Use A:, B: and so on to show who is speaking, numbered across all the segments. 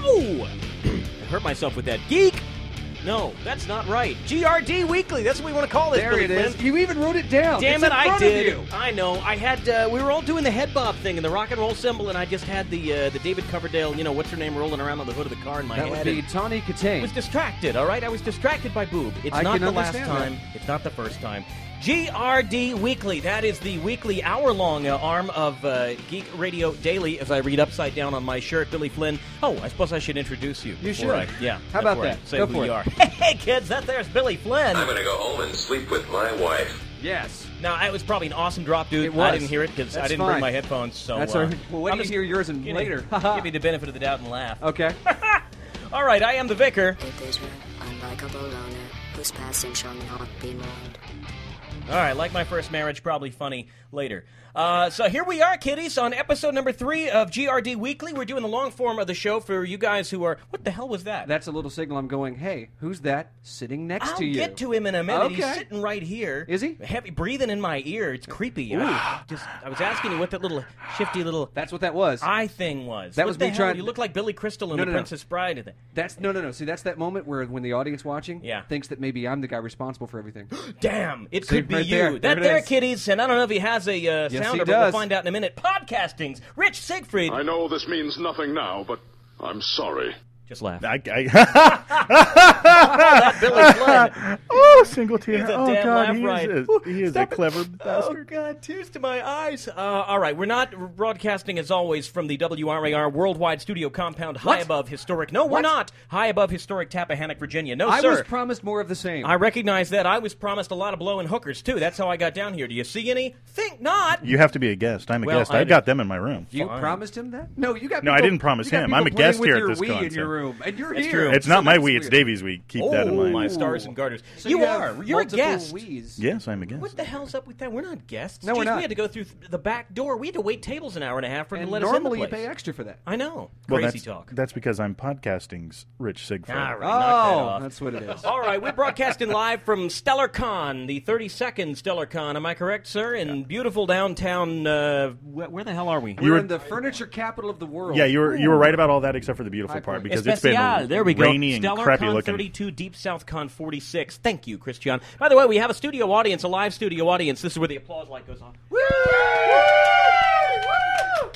A: hurt myself with that. Geek! No, that's not right. GRD Weekly. That's what we want to call it.
B: There
A: Billy
B: it is.
A: Flynn.
B: You even wrote it down.
A: Damn
B: It's
A: it,
B: in
A: I
B: front
A: did.
B: Of you.
A: I know. I had. Uh, we were all doing the head bob thing and the rock and roll symbol, and I just had the uh, the David Coverdale. You know what's her name rolling around on the hood of the car in my
B: That
A: head.
B: would be
A: And
B: Tawny
A: I was
B: Katane.
A: distracted. All right, I was distracted by boob. It's
B: I
A: not
B: can
A: the last
B: understand
A: time. It's not the first time. GRD Weekly. That is the weekly hour long uh, arm of uh, Geek Radio Daily. As I read upside down on my shirt, Billy Flynn. Oh, I suppose I should introduce you.
B: You
A: before
B: should.
A: I- yeah.
B: How about
A: before I
B: that?
A: Say
B: Go
A: who
B: for
A: you
B: it.
A: are. Hey, kids. That there's Billy Flynn.
C: I'm gonna go home and sleep with my wife.
B: Yes.
A: No, it was probably an awesome drop, dude.
B: It was.
A: I didn't hear it because I
B: That's
A: didn't
B: fine.
A: bring my headphones. So
B: That's
A: uh,
B: all right. Well, wait
A: I'm
B: till you
A: just
B: hear yours and
A: kidding.
B: later. Oh.
A: give me the benefit of the doubt and laugh.
B: Okay.
A: All right, I am the vicar.
D: Recruiter, unlikable loner, whose passing shall not be mourned.
A: All right, like my first marriage, probably funny later. Uh, so here we are, kiddies, on episode number three of GRD Weekly. We're doing the long form of the show for you guys who are. What the hell was that?
B: That's a little signal. I'm going. Hey, who's that sitting next
A: I'll
B: to you?
A: get to him in a minute. He's
B: Okay.
A: sitting right here.
B: Is he?
A: Heavy breathing in my ear. It's creepy. I, just, I was asking you what that little shifty little
B: That's what that was.
A: eye thing was.
B: That
A: What
B: was
A: the
B: me
A: hell?
B: trying-
A: You look like Billy Crystal in
B: No,
A: The
B: no, no.
A: Princess Bride. I think.
B: That's no, no, no. See, that's that moment where when the audience watching
A: Yeah.
B: thinks that maybe I'm the guy responsible for everything.
A: Damn, it
B: See,
A: could be
B: right
A: you.
B: there. There
A: That
B: it
A: there,
B: is.
A: kiddies, and I don't know if he has a uh,
B: he
A: sounder, but we'll
B: does.
A: find out in a minute. Podcastings, Rich Siegfried.
E: I know this means nothing now, but I'm sorry.
A: Just laugh.
F: I, I,
A: Billy Flynn.
F: oh, single tear.
A: He's a
F: Oh
A: damn laugh
F: God, he
A: riot.
F: is
A: Ooh,
F: a, he is a
A: stop it.
F: clever
A: Oh
F: bastard.
A: God! Tears to my eyes. Uh, all right, we're not broadcasting as always from the WRAR Worldwide Studio Compound, high
B: What?
A: above historic. No, we're
B: What?
A: not high above historic Tappahannock, Virginia. No,
B: I
A: sir.
B: was promised more of the same.
A: I recognize that. I was promised a lot of blowing hookers too. That's how I got down here. Do you see any? Think not.
F: You have to be a guest. I'm a
A: Well,
F: guest.
A: I
F: I,
A: had
F: got them in my room.
B: you promised him that? No, you got.
F: No, I
B: people-
F: didn't promise
B: you got
F: him.
B: people
F: I'm a
B: playing
F: guest
B: with
F: here at
B: your
F: this
B: Wii in your
F: concert.
B: room, and you're
A: That's
B: here.
A: true.
F: It's not
B: So
F: my
B: that's
F: Wii. It's
B: weird.
F: Davey's Wii. Keep that in
A: Oh,
F: mind.
A: my stars and garters.
B: So
A: you,
B: have
A: are. You're a
B: multiple
A: guest.
B: Wiis.
F: Yes, I'm a guest.
A: What the hell's up with that? We're not guests.
B: No, we're
A: Jeez,
B: not.
A: We had to go through th- the back door. We had to wait tables an hour and a half for them
B: And
A: to let us
B: normally you
A: in the place.
B: pay extra for that.
A: I know.
F: Well,
A: Crazy
F: that's,
A: talk.
F: That's because I'm podcasting's Rich Siegfried.
A: All right, knock that
B: Oh,
A: off.
B: that's what it is.
A: All right, we're broadcasting live from StellarCon, the 32nd StellarCon. Am I correct, sir? In beautiful downtown. Uh, wh- where the hell are we?
B: We're
F: were-
B: in the furniture capital of the world.
F: Yeah, you were you were right about all that except for the beautiful
B: High
F: part
B: point.
F: because it's
A: Especial.
F: been
A: ah, There we go.
F: rainy and
A: Stellar
F: crappy
A: Con
F: looking.
A: 32, Deep South Con 46. Thank you, Christian. By the way, we have a studio audience, a live studio audience. This is where the applause light goes on.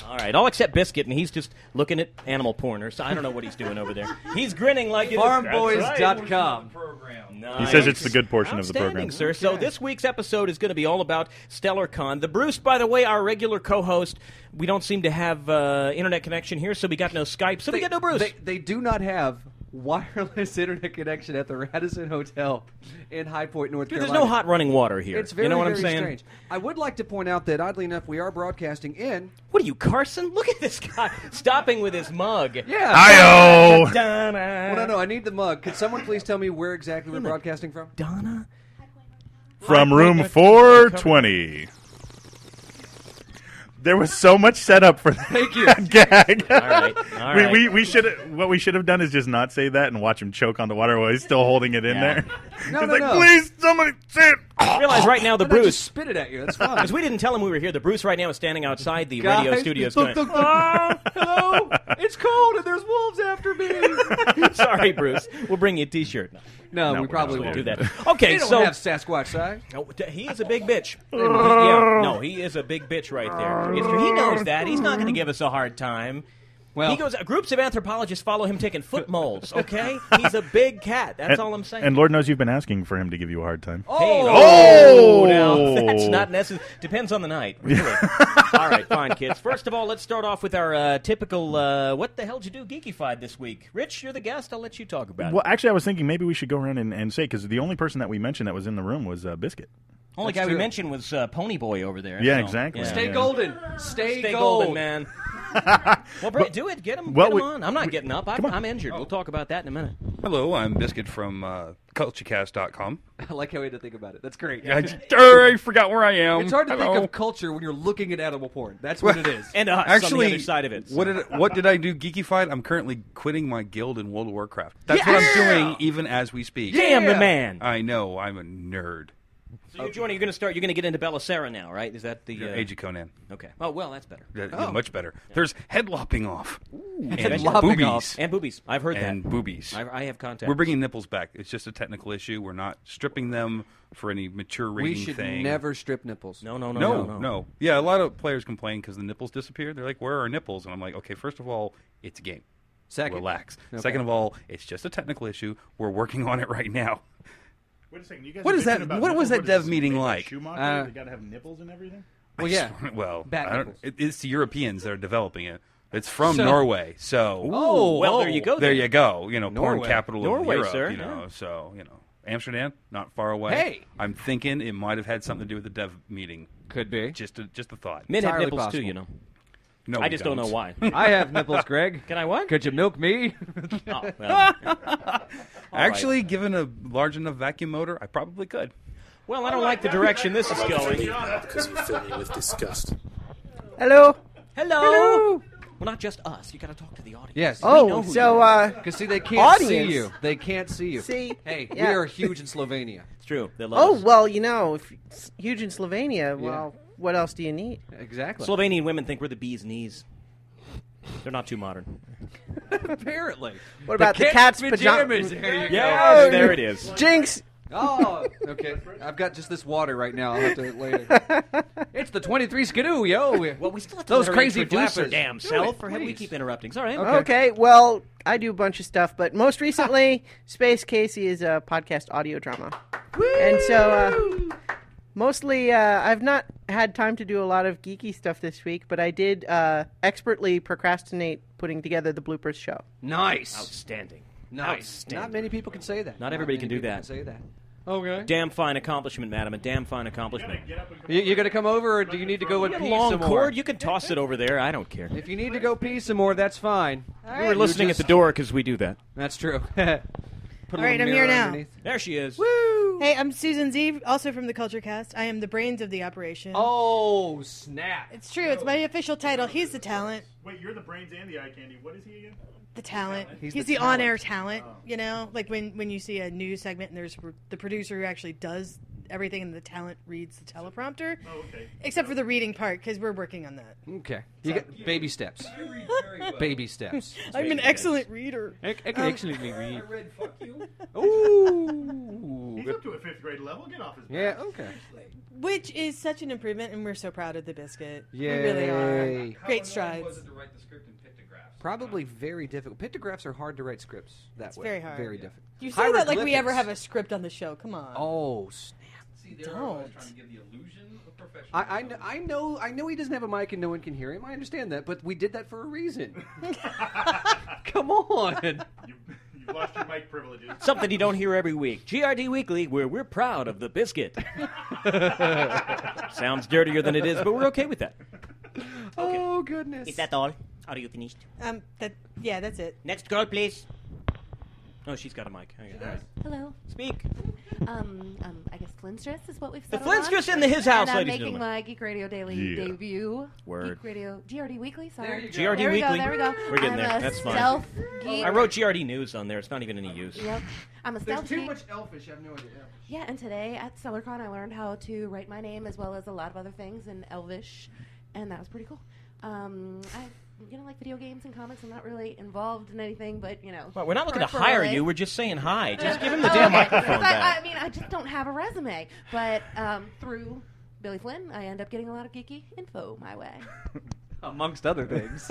A: All right, all except Biscuit, and he's just looking at animal porn, or so I don't know what he's doing over there. He's grinning like it is-
B: Farmboys.com.
F: He
A: Nice.
F: says it's the good portion of the
A: Outstanding, sir.
F: program.
A: So this week's episode is going to be all about Stellar Con. The Bruce, by the way, our regular co-host. We don't seem to have uh, internet connection here, so we got no Skype, so we got no Bruce.
B: They, they do not have wireless internet connection at the Radisson Hotel in High Point, North
A: Dude, there's
B: Carolina.
A: no hot running water here.
B: It's very,
A: you know what
B: very
A: I'm saying?
B: strange. I would like to point out that oddly enough, we are broadcasting in.
A: What are you, Carson? Look at this guy stopping with his mug.
B: Yeah.
F: Hi-yo!
A: Donna.
B: well, no, no. I need the mug. Could someone please tell me where exactly we're
A: Damn it.
B: broadcasting from?
A: Donna.
F: From room 420. There was so much setup for that
B: Thank you.
F: gag.
A: All right. All
F: we,
A: right.
F: we, we should what we should have done is just not say that and watch him choke on the water while he's still holding it in
A: Yeah.
F: there.
B: No,
F: He's
B: no,
F: like,
B: no.
F: please somebody say it.
A: realize right now the
B: And I just
A: Bruce.
B: spit it at you. That's fine.
A: Because we didn't tell him we were here. The Bruce right now is standing outside the
B: Guys,
A: radio studios.
B: look,
A: going,
B: look, look. hello. It's cold and there's wolves after me.
A: Sorry, Bruce. We'll bring you a T-shirt. No,
B: no,
F: No,
B: we
F: we're
B: probably
F: not
B: won't
A: do that.
B: They
A: Okay,
B: don't
A: so
B: have Sasquatch size.
A: No, d- he is a big bitch. yeah, no, he is a big bitch right there. It's- he knows that. He's not going to give us a hard time.
B: Well,
A: he goes. Groups of anthropologists follow him taking foot molds. Okay, he's a big cat. That's
F: And-
A: all I'm saying.
F: And Lord knows you've been asking for him to give you a hard time.
A: Hey,
F: Oh!
A: now, that's not necessary. Depends on the night. Really. all right, fine, kids. First of all, let's start off with our uh, typical. Uh, what the hell did you do, geekified this week? Rich, you're the guest. I'll let you talk about
F: Well,
A: it.
F: actually, I was thinking maybe we should go around and, and say because the only person that we mentioned that was in the room was uh, Biscuit.
A: Only
B: let's
A: guy we
B: do it.
A: mentioned was uh, Pony Boy over there.
F: Yeah,
A: so,
F: exactly.
A: yeah.
B: Stay
F: Yeah.
B: golden. Stay,
A: Stay
B: gold.
A: golden, man. well, Brett, do it. Get him,
F: Well,
A: get him
F: we-
A: on. I'm not getting up. I'm,
F: come on.
A: I'm injured. We'll talk about that in a minute.
G: Hello, I'm Biscuit from uh, CultureCast.com.
B: I like how we had to think about it. That's great.
G: I, er, I forgot where I am.
B: It's hard to think
G: Hello.
B: of culture when you're looking at animal porn. That's what it is.
A: And us
G: Actually,
A: on the other side of it.
G: what did what did I do? Geekified. I'm currently quitting my guild in World of Warcraft. That's what I'm doing, even as we speak.
F: Uh,
A: Damn the
B: Yeah.
A: man.
G: I know. I'm a nerd.
A: So you're joining. You're going to start. You're going to get into Belisera now, right? Is that the uh,
G: Age of Conan.
A: Okay. Oh well, that's better.
G: Yeah, yeah, much better. There's head lopping off and
B: Lopping
G: boobies
B: off.
A: And boobies. I've heard
G: and
A: that.
G: boobies.
A: I, I have contact.
G: We're bringing nipples back. It's just a technical issue. We're not stripping them for any mature rating
B: We should
G: thing.
B: never strip nipples.
A: No, no, no,
G: No,
A: Oh, no,
G: no, Yeah, a lot of players complain because the nipples disappeared. They're like, "Where are our nipples?" And I'm like, "Okay, first of all, it's a game.
B: Second.
G: relax.
B: Okay.
G: Second of all, it's just a technical issue. We're working on it right now.
F: Wait a second. You guys
G: What
F: are
G: is that-
F: bitching about
G: what
F: nipples?
G: was that
F: is
G: dev
F: this,
G: meeting
F: made by
G: like?
F: Schumacher,
B: Uh,
F: they gotta have nipples and everything.
B: Well, yeah.
G: Well,
B: Bat
G: I don't,
B: nipples.
G: it, it's the Europeans that are developing it. It's from
B: So-
G: Norway, so
B: Oh,
A: well, there you go.
G: there you go. You know,
B: Norway.
G: porn capital
A: Norway,
G: of Europe.
A: sir.
G: You know,
A: Yeah.
G: so you know, Amsterdam, not far away.
B: Hey!
G: I'm thinking it might have had something to do with the dev meeting.
B: Could be.
G: Just, a, just a thought.
A: Men have
B: Entirely
A: nipples
B: possible.
A: too, you know.
G: No,
A: I
G: we
A: just Oh, don't. know why.
B: I have nipples, Greg.
A: Can I what?
B: Could you milk me?
A: Oh, well,
G: Actually, given a large enough vacuum motor, I probably could.
A: well, I don't like the direction this is going.
H: because you fill me with disgust.
I: Hello.
A: Hello. Well, not just us. You got to talk to the audience.
B: Yes.
A: We know
I: Oh,
A: who
I: so
A: you are.
I: uh,
B: Because see, they can't
I: Audience.
B: see you. They can't see you.
I: See?
B: hey,
I: Yeah.
B: we are huge in Slovenia.
A: it's true. They love
I: oh
A: us.
I: well, you know, if it's huge in Slovenia, well, what else do you need?
B: Exactly.
A: Slovenian women think we're the bee's knees. They're not too modern.
B: Apparently.
I: What about the cat's pajama-
B: pajamas? There you
A: Yeah,
I: Oh.
A: there it is.
I: Jinx.
B: go. Oh, okay. I've got just this water right now. I'll have to later. it's the 23 skidoo, yo.
A: Well, we still have to
B: Those
A: let her
B: crazy
A: introduce her
B: flappers.
A: damn
B: Do
A: self,
B: it,
A: or have we
B: please.
A: keep interrupting? Sorry.
B: Okay.
I: Okay, well, I do a bunch of stuff, but most recently, Space Casey is a podcast audio drama. And so, uh, mostly, uh, I've not had time to do a lot of geeky stuff this week, but I did uh, expertly procrastinate putting together the bloopers show.
B: Nice.
A: Outstanding.
B: Nice.
A: Outstanding.
B: Not many people can say that.
A: Not everybody can
B: many
A: do
B: people
A: that.
B: Say that. Okay.
A: Damn fine accomplishment, madam. A damn fine accomplishment.
B: You, you're gonna come over, or do you need to go and
A: Get
B: pee
A: a long
B: some more?
A: cord. You can toss it over there. I don't care.
B: If you need to go pee some more, that's fine.
A: We were listening at the door because we do that.
B: That's true. Put a little
J: right, I'm
B: mirror
J: here now.
B: underneath.
A: There she is.
J: Hey, I'm Susan Z, also from the Culture Cast. I am the brains of the operation.
B: Oh snap!
J: It's true. It's my official title. He's the talent.
F: Wait, you're the brains and the eye candy. What is he again?
J: The talent.
B: He's
J: He's,
B: the
J: the, on-air talent. You know, like when when you see a news segment and there's the producer who actually does everything, and the talent reads the teleprompter. Oh, okay. Except for the reading part, because we're working on that.
B: Okay, you got baby steps. Baby steps.
J: I'm an excellent reader.
B: I, I can actually read.
H: Red, fuck you.
B: Ooh.
H: up to a fifth grade level. Get off his
B: Yeah. Okay.
J: Which is such an improvement, and we're so proud of the biscuit. We really
B: Yay.
J: are. Great strides.
B: Probably very difficult. Pictographs are hard to write scripts that
J: It's
B: way.
J: very hard.
B: Very difficult.
J: You say that like we ever have a
B: Hieroglyphics.
J: script on the show. Come on.
B: Oh snap!
J: Don't.
B: I, I, kn- I know I know he doesn't have a mic and no one can hear him. I understand that, but we did that for a reason. Come on.
A: Something you don't hear every week. GRD Weekly, where we're proud of the biscuit. Sounds dirtier than it is, but we're okay with that.
B: Oh goodness.
A: all? Are you finished?
J: Um. That. Yeah. That's it.
A: Next girl, please. Oh, she's got a mic. Okay, all right.
K: Hello.
A: Speak.
K: Um, um, I guess Flintstress is what we've
A: The
K: settled on.
A: Flintstress in the his house,
K: and I'm
A: ladies and
K: making
A: gentlemen.
K: my Geek Radio Daily
F: Yeah.
K: debut.
A: Word.
K: Geek Radio GRD Weekly.
B: There
K: Sorry.
B: you go.
A: GRD
K: there we
A: Weekly.
K: Go, there we go.
A: We're getting
K: I'm
A: there.
K: A
A: That's fine.
K: stealth geek.
A: I wrote GRD News on there. It's not even any use.
K: Yep. I'm a stealth geek.
B: elfish. I have no idea.
K: Yeah, and today at CellarCon I learned how to write my name as well as a lot of other things in Elvish, and that was pretty cool. Um, I, you know, like video games and comics. I'm not really involved in anything, but you know.
A: Well, we're not looking to
K: peripherally.
A: hire you. We're just saying hi. Just give him the
K: Oh,
A: damn
K: okay.
A: microphone
K: Because I,
A: back.
K: I mean, I just don't have a resume. But um, through Billy Flynn, I end up getting a lot of geeky info my way.
B: Amongst other things.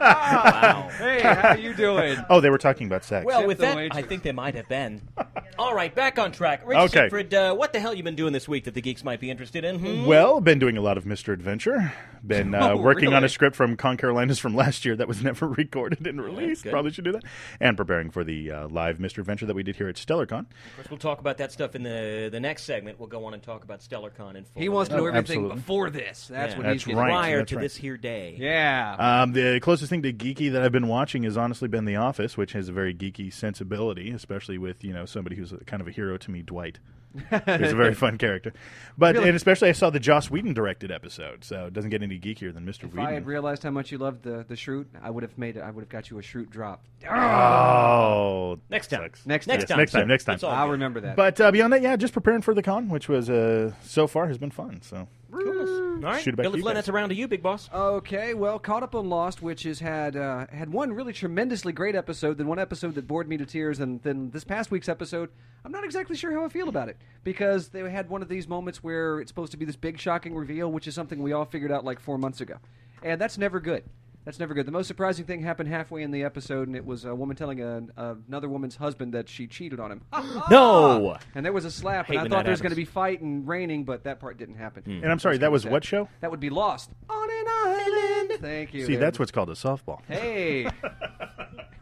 A: Wow.
B: hey, how you doing?
F: Oh, they were talking about sex.
A: Well, with
B: the
A: that, I
B: waitress.
A: think they might have been. All right, back on track. Rich
F: Okay.
A: Siegfried, uh, what the hell you been doing this week that the geeks might be interested in? Hmm?
F: Well, been doing a lot of Mr. Adventure. Been uh,
B: Oh,
F: working on
B: really?
F: a script from Con Carolinas from last year that was never recorded and released.
A: good.
F: Probably should do that. And preparing for the uh, live Mr. Adventure that we did here at StellarCon.
A: Of course, we'll talk about that stuff in the the next segment. We'll go on and talk about StellarCon in full.
B: He wants to know
F: Oh,
B: everything
F: absolutely.
B: before this. That's
A: Yeah.
B: what
F: That's
B: he's
F: right.
B: getting.
A: prior
F: that's
A: to this here day.
B: Yeah.
F: Um, the closest thing to geeky that I've been watching has honestly been The Office, which has a very geeky sensibility, especially with you know somebody who's was a, kind of a hero to me, Dwight. He's a very fun character, but and especially I saw the Joss Whedon directed episode, so it doesn't get any geekier than Mr.
B: If
F: Whedon.
B: I had realized how much you loved the the shroot, I would have made it. I would have got you a shroot drop.
F: Oh,
A: Next time.
B: Next
F: Yes,
B: time.
F: next time,
B: sir.
F: next time.
A: Oh,
B: It's all I'll good. remember that.
F: But uh, beyond that, yeah, just preparing for the con, which was uh, so far has been fun. So
A: All right,
F: Shoot it back to
A: Billy
F: you
A: Flynn,
F: guys.
A: that's around to you, big boss.
B: Okay, well, caught up on Lost, which has had uh, had one really tremendously great episode, then one episode that bored me to tears, and then this past week's episode, I'm not exactly sure how I feel about it because they had one of these moments where it's supposed to be this big shocking reveal, which is something we all figured out like four months ago, and that's never good. That's never good. The most surprising thing happened halfway in the episode, and it was a woman telling a, another woman's husband that she cheated on him.
A: No!
B: And there was a slap,
A: Hate
B: and I
A: when
B: thought
A: that
B: there was going
A: happens. Hmm.
B: to be fight and raining, but that part didn't happen.
F: And I'm sorry, that was what show?
B: That would be Lost. On an island. Thank you.
F: see,
B: Ed.
F: that's what's called a softball.
B: Hey.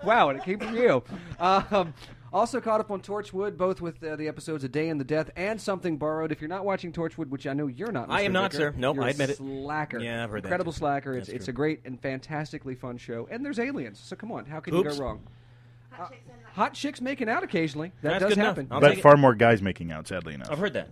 B: wow, and it came from you. Um, also caught up on Torchwood, both with uh, the episodes A Day in the Death and Something Borrowed. If you're not watching Torchwood, which I know you're not,
A: I am
B: Mr.
A: not,
B: Vicker,
A: sir. Nope,
B: you're
A: I
B: a
A: admit it.
B: Slacker.
A: Yeah, I've heard that,
B: Incredible
A: too.
B: slacker. It's,
A: That's
B: it's
A: true.
B: a great and fantastically fun show. And there's aliens, so come on, how can you
A: Oops.
B: go wrong? Uh, hot chicks making out occasionally. That
A: That's
B: does
A: good enough.
B: happen.
A: I'll
F: but
A: take it.
F: far more guys making out, sadly enough.
A: I've heard that.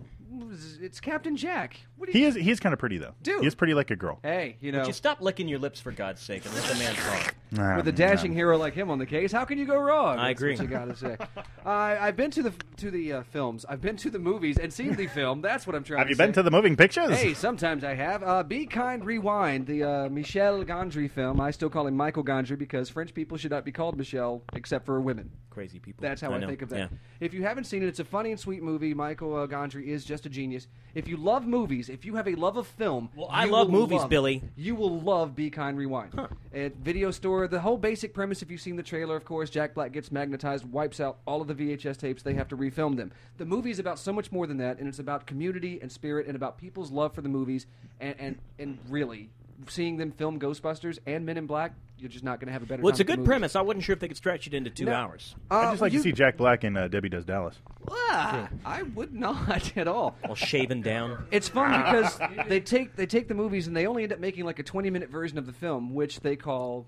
B: It's Captain Jack. What do you
F: He is he's kind of pretty though.
B: Dude.
F: he is pretty like a girl.
B: Hey, you know,
A: Would you stop licking your lips for God's sake and let the man talk?
F: Nah,
B: with a dashing hero like him on the case, how can you go wrong?
A: I agree.
B: That's what you gotta say. I I've been to the to the uh, films. I've been to the movies and seen the film. That's what I'm trying.
F: Have
B: to
F: you been
B: say.
F: to the moving pictures?
B: Hey, sometimes I have. Uh, Be Kind Rewind, the uh, Michel Gondry film. I still call him Michael Gondry because French people should not be called Michel except for women.
A: Crazy people.
B: That's how I,
A: know.
B: think of that.
A: Yeah.
B: If you haven't seen it, it's a funny and sweet movie. Michael uh, Gondry is just a genius. If you love movies, if you have a love of film,
A: Well, I
B: you
A: love
B: will
A: movies, Billy.
B: You will love Be Kind Rewind. At video store, the whole basic premise. If you've seen the trailer, of course, Jack Black gets magnetized, wipes out all of the VHS tapes. They have to refilm them. The movie is about so much more than that, and it's about community and spirit, and about people's love for the movies, and and, and really. Seeing them film Ghostbusters and Men in Black, you're just not going to have a better.
A: Well, it's a
B: time with the
A: good
B: movies.
A: premise. I wasn't sure if they could stretch it into two
B: No.
A: hours.
F: I'd
B: Uh,
F: just like
B: you-
F: to see Jack Black and uh, Debbie Does Dallas.
B: Ah, I would not at all.
A: All shaven down.
B: It's fun because they take they take the movies and they only end up making like a twenty minute version of the film, which they call.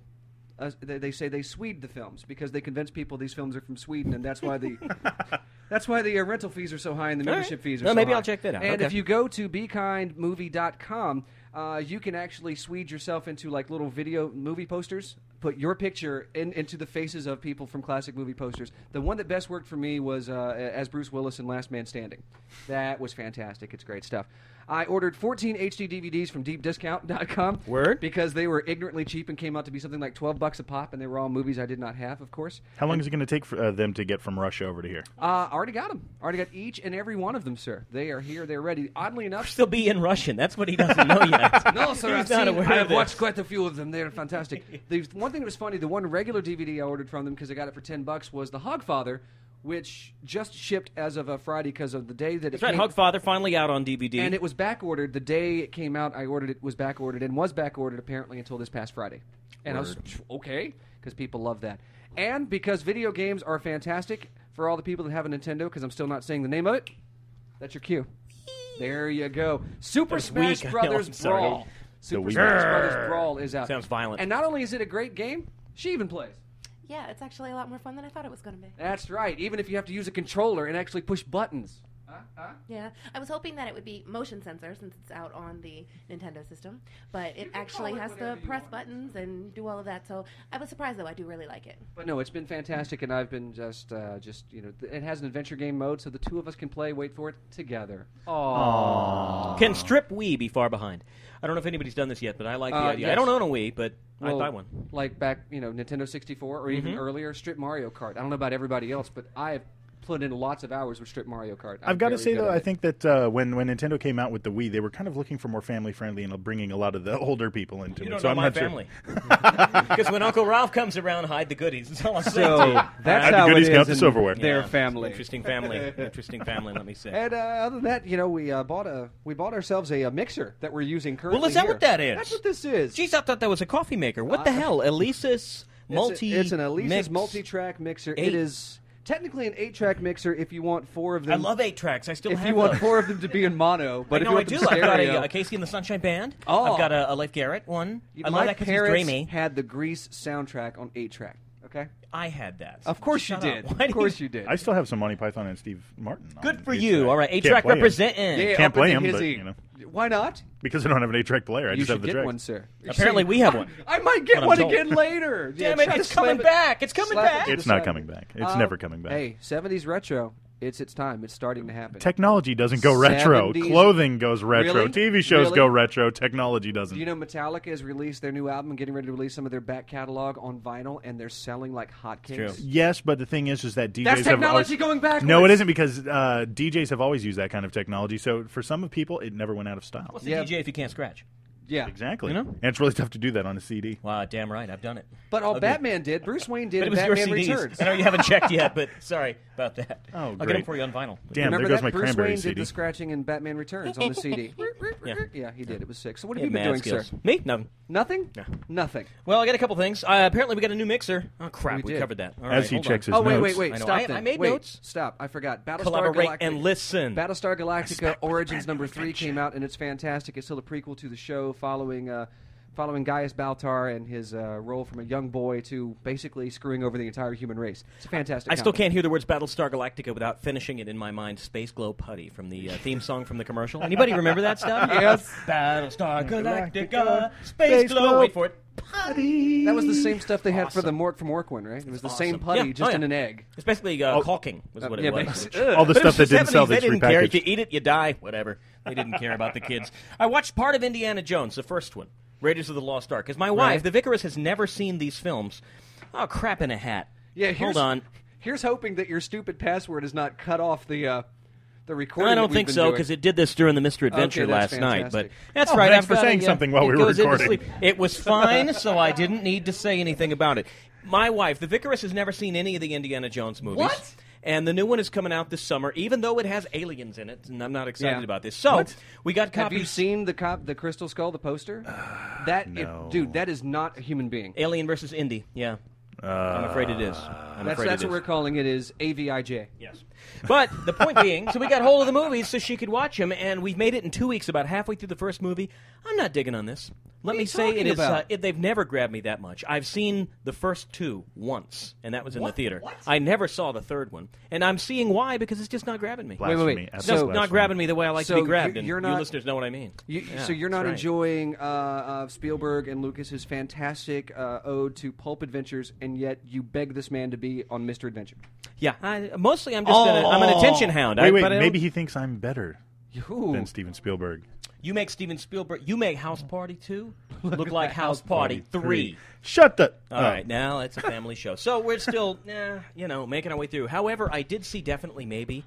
B: Uh, they, they say they Swede the films because they convince people these films are from Sweden, and that's why the that's why the uh, rental fees are so high and the
A: All right.
B: membership fees are.
A: No,
B: so
A: maybe I'll
B: high.
A: check that out.
B: And
A: Okay.
B: if you go to bekindmovie.com, uh, you can actually Swede yourself into like little video movie posters. Put your picture in, into the faces of people from classic movie posters. The one that best worked for me was uh, as Bruce Willis in Last Man Standing. That was fantastic. It's great stuff. I ordered 14 HD DVDs from deepdiscount.com.
A: Word.
B: Because they were ignorantly cheap and came out to be something like 12 bucks a pop, and they were all movies I did not have, of course.
F: How long is it going to take for uh, them to get from Russia over to here?
B: Uh, already got them. Already got each and every one of them, sir. They are here. They're ready. Oddly enough,
A: Still be in Russian. That's what he doesn't know yet.
B: No, sir.
A: He's
B: I've,
A: not
B: seen,
A: aware
B: I
A: of
B: have
A: this.
B: watched quite a few of them. They're fantastic. the one thing that was funny, the one regular DVD I ordered from them because I got it for ten bucks was the Hogfather, which just shipped as of a Friday because of the day that
A: That's
B: it
A: right.
B: came.
A: Hogfather finally out on DVD.
B: and it was back ordered the day it came out. I ordered it was back ordered and was back ordered apparently until this past Friday, and I was okay because people love that, and because video games are fantastic for all the people that have a Nintendo. Because I'm still not saying the name of it. That's your cue. There you go. Super
A: was
B: Smash
A: weak. I know,
B: Brothers
A: I'm sorry.
B: Brawl.
F: So
B: Super
F: weak.
B: Smash Brothers Brawl is out.
A: Sounds violent.
B: And not only is it a great game, she even plays.
K: Yeah, it's actually a lot more fun than I thought it was going to be.
B: That's right. Even if you have to use a controller and actually push buttons.
K: Yeah, I was hoping that it would be motion sensor since it's out on the Nintendo system, but it actually has to press buttons and do all of that. So I was surprised, though. I do really like it.
B: But no, it's been fantastic, and I've been just, uh, just you know, th- it has an adventure game mode, so the two of us can play. Wait for it together. Ah.
A: Can Strip Wii be far behind? I don't know if anybody's done this yet, but I like the
B: Uh,
A: idea. I
B: yes.
A: don't own a Wii, but I'd
B: Well,
A: buy one.
B: Oh,
A: Mm-hmm.
B: Like back, you know, Nintendo 64 or even earlier, Strip Mario Kart. I don't know about everybody else, but I have put in lots of hours with Strip Mario Kart. I'm
F: I've got to
B: very
F: say
B: good
F: though,
B: at
F: I
B: it.
F: think that uh, when when Nintendo came out with the Wii, they were kind of looking for more family friendly and bringing a lot of the older people into
A: You
F: it.
A: don't
F: so
A: know
F: I'm
A: my
F: not
A: family.
F: Sure.
A: Because when Uncle Ralph comes around, hide the goodies. That's all I'm saying. to you.
B: So that's
F: Hide the
B: how it
F: goodies, count
B: is
F: the
B: in
F: silverware.
B: Their
A: Yeah.
B: family.
A: Interesting family. Interesting family, let me say.
B: And uh, other than that, you know, we uh, bought a we bought ourselves a, uh mixer that we're using currently.
A: Well, is that
B: here.
A: what that is?
B: That's what this is.
A: Jeez, I thought that was a coffee maker. What the hell? Elisa's
B: Uh, It's a-
A: multi.
B: It's, an Elisa's
A: mix.
B: multi-track mixer.
A: Eight.
B: It is technically an eight-track mixer if you want four of them.
A: I love eight tracks. I still
B: If
A: have
B: you want
A: those.
B: four of them to be in mono, but
A: I
B: if
A: know
B: you
A: I
B: want
A: do.
B: them
A: I've got
B: stereo-
A: a, a Casey and the Sunshine Band.
B: Oh.
A: I've got a, a Life Garrett one. I
B: my
A: love that because he's
B: parents
A: dreamy.
B: had the Grease soundtrack on eight-track. Okay.
A: I had that.
B: Of course you
A: Shut
B: did.
A: up. Why
B: Of
A: do
B: course you did.
F: I still have some Monty Python and Steve Martin. on
A: Good for
F: VHS.
A: you. All right,
F: Can't
A: A-Track
F: play 'em.
A: representing. Yeah,
F: Can't
B: up in
F: play
B: the
F: him, but
B: hizzy.
F: you know,
B: Why not?
F: because I don't have an eight track player. I
B: you
F: just
B: should
F: have the
B: get
F: tracks.
B: one, sir.
A: Apparently, we have one.
B: I might get
A: But I'm
B: one
A: told.
B: again later.
A: Damn
B: Yeah,
A: it,
B: try
A: it's
B: to
A: coming
B: slam it-
A: back. It's coming
B: slap it
A: back.
B: to the
F: It's not
B: side. Um,
F: coming back. It's never coming back.
B: Hey, seventies retro. It's its time. It's starting to happen.
F: Technology doesn't go retro.
B: 70s.
F: Clothing goes retro.
B: Really?
F: TV shows
B: Really?
F: go retro. Technology
B: Do
F: doesn't.
B: you know Metallica has released their new album, getting ready to release some of their back catalog on vinyl, and they're selling like
A: true.
B: hotcakes.
F: Yes, but the thing is, is that DJs
B: That's
F: have always-
B: technology going backwards.
F: No, it isn't because uh, DJs have always used that kind of technology. So for some of people, it never went out of style.
A: What's the
B: Yeah.
A: DJ if you can't scratch?
B: Yeah,
A: You
F: Exactly.
A: know?
F: And it's really tough to do that on a CD.
A: Wow, damn right, I've done it.
B: But all
A: Ugly.
B: Batman did, Bruce Wayne did,
A: But it
B: in
A: was
B: Batman
A: your CDs.
B: Returns.
A: I know you haven't checked yet, but sorry about that.
F: Oh,
A: I'll get them
F: great.
A: for you on vinyl.
F: Damn,
B: Remember
F: there goes
B: that?
F: my
B: Bruce
F: cranberry
B: Wayne
F: CD.
B: did the scratching in Batman Returns on the CD.
A: Yeah.
B: yeah, he did. It was sick. So what have
A: Yeah,
B: you been
A: man,
B: doing,
A: skills.
B: sir?
A: Me? Nothing.
B: Nothing. Nothing.
A: Well, I got a couple things. Uh, apparently, we got a new mixer. Oh crap,
B: We
A: we,
B: did.
A: covered that. All
F: As
A: right,
F: he
A: hold
F: checks
A: on.
F: his
B: oh wait,
F: notes.
B: wait, wait!
A: I know.
B: Stop.
A: I-
B: then.
A: I made
B: Wait,
A: notes.
B: Stop. I forgot. Battlestar
A: Collaborate
B: Galactica.
A: and listen.
B: Battlestar Galactica Origins number three came out, and it's fantastic. It's still a prequel to the show, following uh, following Gaius Baltar and his uh, role from a young boy to basically screwing over the entire human race. It's a fantastic.
A: I still
B: comic.
A: can't hear the words Battlestar Galactica without finishing it in my mind. Space Glow Putty from the uh, theme song from the commercial. Anybody remember that stuff?
B: Yes.
A: Battlestar Galactica, Space,
B: Space
A: Glow.
B: Glow.
A: Wait for it. Putty.
B: That was the same stuff they had for the Mork from Mork one, right? It was the same putty,
A: Yeah.
B: just
A: Oh,
B: in
A: yeah.
B: an egg.
A: It's basically uh,
F: Oh.
A: caulking was what it
B: yeah,
A: was.
B: basically. Ugh.
F: All the
A: But
F: stuff
A: it's
F: that
A: the
F: didn't sell,
A: 70s.
F: they
A: They
F: just
A: didn't care. If you
F: repackaged.
A: eat it, you die. Whatever. They didn't care about the kids. I watched part of Indiana Jones, the first one, Raiders of the Lost Ark, because my wife, the Vicaress, has never seen these films. Oh, crap in a hat.
B: Yeah, here's,
A: hold on.
B: Here's hoping that your stupid password has not cut off the uh, the recording.
A: I
B: that
A: don't
B: we've
A: think
B: been
A: so
B: doing.
A: because it did this during the Mr. Adventure
B: Okay,
A: last
B: that's
A: night. But
B: fantastic.
A: that's
F: Oh,
A: right.
F: thanks
A: I've
F: for
A: got
F: saying
A: it, yeah.
F: something while
A: It
F: we were
A: goes into
F: recording.
A: sleep. It was fine, so I didn't need to say anything about it. My wife, the Vicaress, has never seen any of the Indiana Jones movies.
B: What?
A: And the new one is coming out this summer, even though it has aliens in it, and I'm not excited
B: Yeah.
A: about this. So we got
B: Have
A: copies.
B: you seen the cop, the Crystal Skull, the poster? that it- dude, that is not a human being.
A: Alien versus Indy? Yeah, I'm afraid it is. I'm
B: That's
A: afraid
B: that's
A: it
B: what
A: is.
B: we're calling it. Is Avij?
A: Yes. But the point being, so we got hold of the movies so she could watch them, and we've made it in two weeks, about halfway through the first movie. I'm not digging on this. Let me
B: you
A: say it
B: talking
A: is. Uh,
B: about?
A: it, they've never grabbed me that much. I've seen the first two once, and that was in the theater. I never saw the third one, and I'm seeing why because it's just not grabbing me.
F: Blasphemy.
B: wait, wait.
A: It's
F: Absolute
A: just
B: So-
A: not
F: blasphemy.
A: grabbing me the way I like
B: So
A: to be grabbed.
B: you're-
A: and
B: you're
A: you
B: not-
A: listeners know what I mean.
B: You,
A: Yeah,
B: so you're
A: that's
B: not
A: right.
B: enjoying uh, uh, Spielberg and Lucas's fantastic uh, ode to pulp adventures, and yet you beg this man to be on Mr. Adventure.
A: Yeah, I, mostly I'm just an,
B: Oh.
A: I'm an attention hound. I-
F: Wait, wait.
A: but I don't-
F: Maybe he thinks I'm better
B: Ooh.
F: than Steven Spielberg.
A: you make Steven Spielberg. You make House Party two look like House Party three.
F: Shut the.
A: All right, now it's a family show. So we're still, eh, you know, making our way through. However, I did see definitely maybe.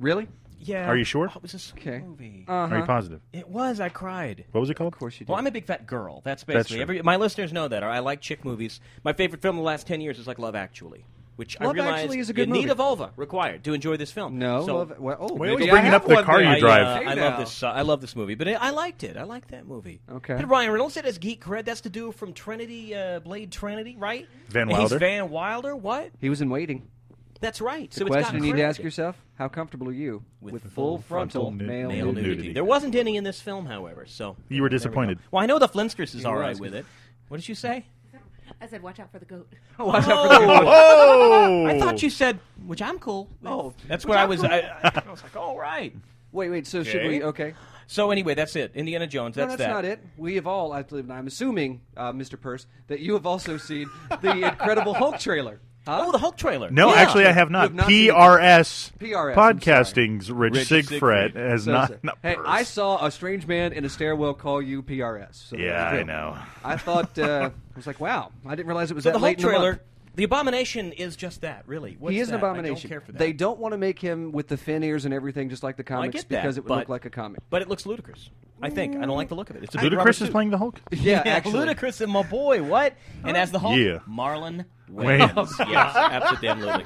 B: Really?
A: Yeah.
F: Are you sure?
A: Oh, it was a sweet
B: Okay. Uh,
A: movie.
F: Are you positive?
A: it was. I cried.
F: What was it called?
B: Uh-huh. Of course you do.
A: Well, I'm a big fat girl. That's
F: That's
A: basically
F: true.
A: every. My listeners know that. Or I like chick movies. My favorite film in the last ten years is like Love Actually, which I
B: Love
A: realize
B: Actually is a good
A: you need
B: movie.
A: a vulva required to enjoy this film.
B: no.
A: So
B: love- well, oh,
F: We
B: maybe
F: always
B: I
F: bringing
B: have
F: up the
B: one
F: car
B: then.
F: you
A: I,
F: drive.
A: uh,
B: Hey
A: I
B: now.
A: love this. Uh, I love this movie, but it, I liked it. I liked that movie.
B: Okay.
A: Had Ryan Reynolds it as Geek Cred. That's the dude from Trinity, uh, Blade Trinity, right?
F: Van
A: He's
F: Wilder.
A: Van Wilder. What?
B: He was in waiting.
A: That's right.
B: The
A: so it's got
B: question you need to
A: cred.
B: ask yourself: How comfortable are you with, full frontal,
A: male
B: male,
A: nudity.
B: nudity?
F: nudity.
A: There wasn't any in this film, however. So
F: You were disappointed.
A: well, I know the Flintsters is all right
B: was.
A: with it. What did you say?
K: I said, watch out for the goat.
B: Watch out for the
A: Oh,
F: Oh!
A: I thought you said, which I'm cool. Oh, that's where I was. I, I was like, all right.
B: Wait, wait. So should
A: Okay.
B: we? Okay.
A: So anyway, that's it. Indiana Jones.
B: No,
A: That's,
B: that's
A: that.
B: not it. We have all, I believe, and I'm assuming, uh, Mr. Purse, that you have also seen the Incredible Hulk trailer. Huh?
A: Oh, the Hulk trailer.
F: No,
A: Yeah.
F: actually, I have
B: You
F: not.
B: have not seen it.
F: PRS,
B: PRS, I'm
F: Podcasting's Rich,
A: Rich
F: Siegfried
A: Siegfried.
F: has
B: So-
F: not.
B: so-
F: not
B: hey,
F: Purse.
B: I saw a strange man in a stairwell call you PRS. So that
F: Yeah,
B: was
F: I
B: real.
F: know.
B: I thought uh, I was like, wow, I didn't realize it was
A: So
B: that
A: the Hulk
B: late in the
A: trailer.
B: month.
A: The Abomination is just that, really. What's
B: he is an
A: that? I don't
B: abomination.
A: care for that.
B: They don't want to make him with the fin ears and everything, just like
A: I
B: the comics,
A: get that,
B: because it would
A: but-
B: look like a comic.
A: but it looks ludicrous. I think I don't like the look of it. It's a
B: I-
A: Robert
F: Ludacris is
A: Duke.
F: playing the Hulk.
B: Yeah, actually,
A: Ludacris and my boy, what? And as the Hulk,
F: Yeah.
A: Marlon Wayans. yes, absolutely.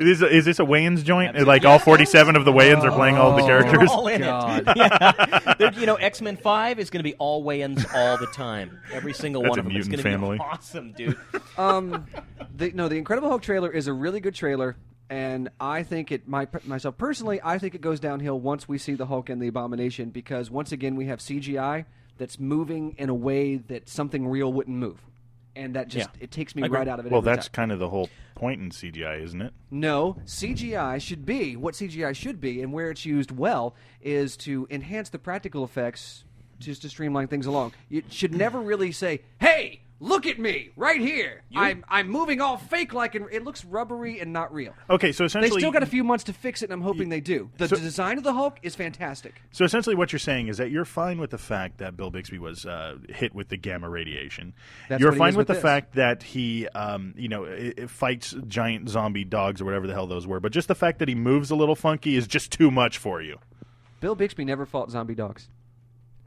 F: Is, is this a Wayans joint? Like all 47 of the Wayans are playing all of the characters?
A: They're all in
B: God.
A: it. Yeah. They're- you know, X Men Five is going to be all Wayans all the time. Every single
F: That's
A: one
F: a
A: of them. It's
F: mutant
A: gonna
F: family.
A: be awesome, dude.
B: um, the, no, the Incredible Hulk trailer is a really good trailer, and I think it my myself personally, I think it goes downhill once we see the Hulk and the Abomination because once again we have CGI that's moving in a way that something real wouldn't move. and that just
F: Yeah.
B: it takes me
F: I agree.
B: right out of it.
F: Well,
B: every
F: that's
B: time.
F: kind of the whole point in CGI, isn't it?
B: No, CGI should be what CGI should be, and where it's used well is to enhance the practical effects, just to streamline things along. It should never really say, "Hey, look at me right here. I'm I'm moving all fake like, and it looks rubbery and not real."
F: Okay, so Oh, essentially,
B: they still got a few months to fix it, and I'm hoping they do. The design of the Hulk is fantastic.
F: So essentially, what you're saying is that you're fine with the fact that Bill Bixby was uh, hit with the gamma radiation.
B: That's
F: you're
B: what he
F: fine
B: was with
F: with the
B: this.
F: fact that he, um, you know, i i- fights giant zombie dogs or whatever the hell those were. But just the fact that he moves a little funky is just too much for you.
B: Bill Bixby never fought zombie dogs.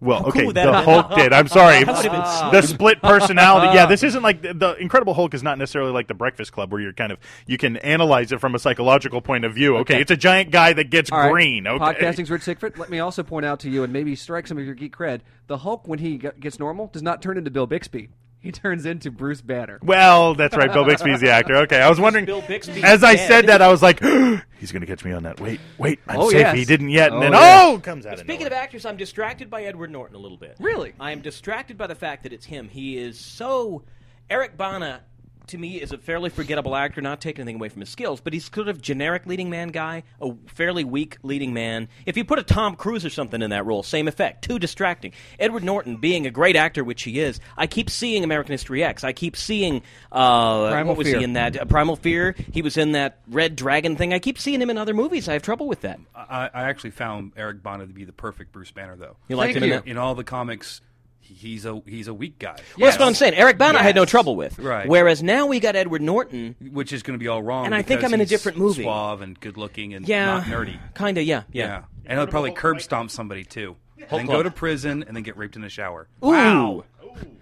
F: Well, okay,
B: cool, that
F: the
B: would've
F: Hulk
B: been-
F: did. I'm sorry,
B: That would've been
F: the
B: sweet.
F: split personality. Yeah, this isn't like the, the Incredible Hulk is not necessarily like the Breakfast Club where you're kind of you can analyze it from a psychological point of view. Okay,
B: Okay.
F: it's a giant guy that gets
B: All right,
F: green. Okay,
B: Podcasting's Rich Sickford. Let me also point out to you, and maybe strike some of your geek cred. The Hulk, when he g- gets normal, does not turn into Bill Bixby. He turns into Bruce Banner.
F: Well, that's right. Bill Bixby is the actor. Okay, I was wondering.
B: Bill Bixby
F: as I
B: dead?
F: said that, I was like, he's going to catch me on that. Wait, wait, I'm
B: Oh,
F: safe.
B: yes.
F: He didn't yet, and then
A: yes.
F: oh, comes out. of
A: Speaking of actors, I'm distracted by Edward Norton a little bit.
B: Really?
A: I am distracted by the fact that it's him. He is so. Eric Bana, to me, is a fairly forgettable actor, not taking anything away from his skills, but he's sort of generic leading man guy, a fairly weak leading man. If you put a Tom Cruise or something in that role, same effect. Too distracting. Edward Norton, being a great actor, which he is, I keep seeing American History X. I keep seeing. Uh,
B: Primal
A: what was
B: Fear.
A: he in that? Uh, Primal Fear. He was in that Red Dragon thing. I keep seeing him in other movies. I have trouble with that.
G: I, I actually found Eric Bana to be the perfect Bruce Banner, though.
A: You liked Thank him in you. that?
G: in all the comics. he- He's a he's a weak guy.
A: Well, that's what I'm saying. Eric Bana I had no
G: oh. Yes.
A: trouble with.
G: Right.
A: Whereas now we got Edward Norton.
G: which is going to be all wrong.
A: And I think
G: because
A: I'm in a
G: he's
A: different movie.
G: Suave and good looking and
A: Yeah.
G: not nerdy.
A: Kinda, yeah, yeah.
G: And he'll probably curb stomp somebody too.
A: Hulk
G: then go
A: Hogan.
G: to prison and then get raped in the shower.
A: Wow.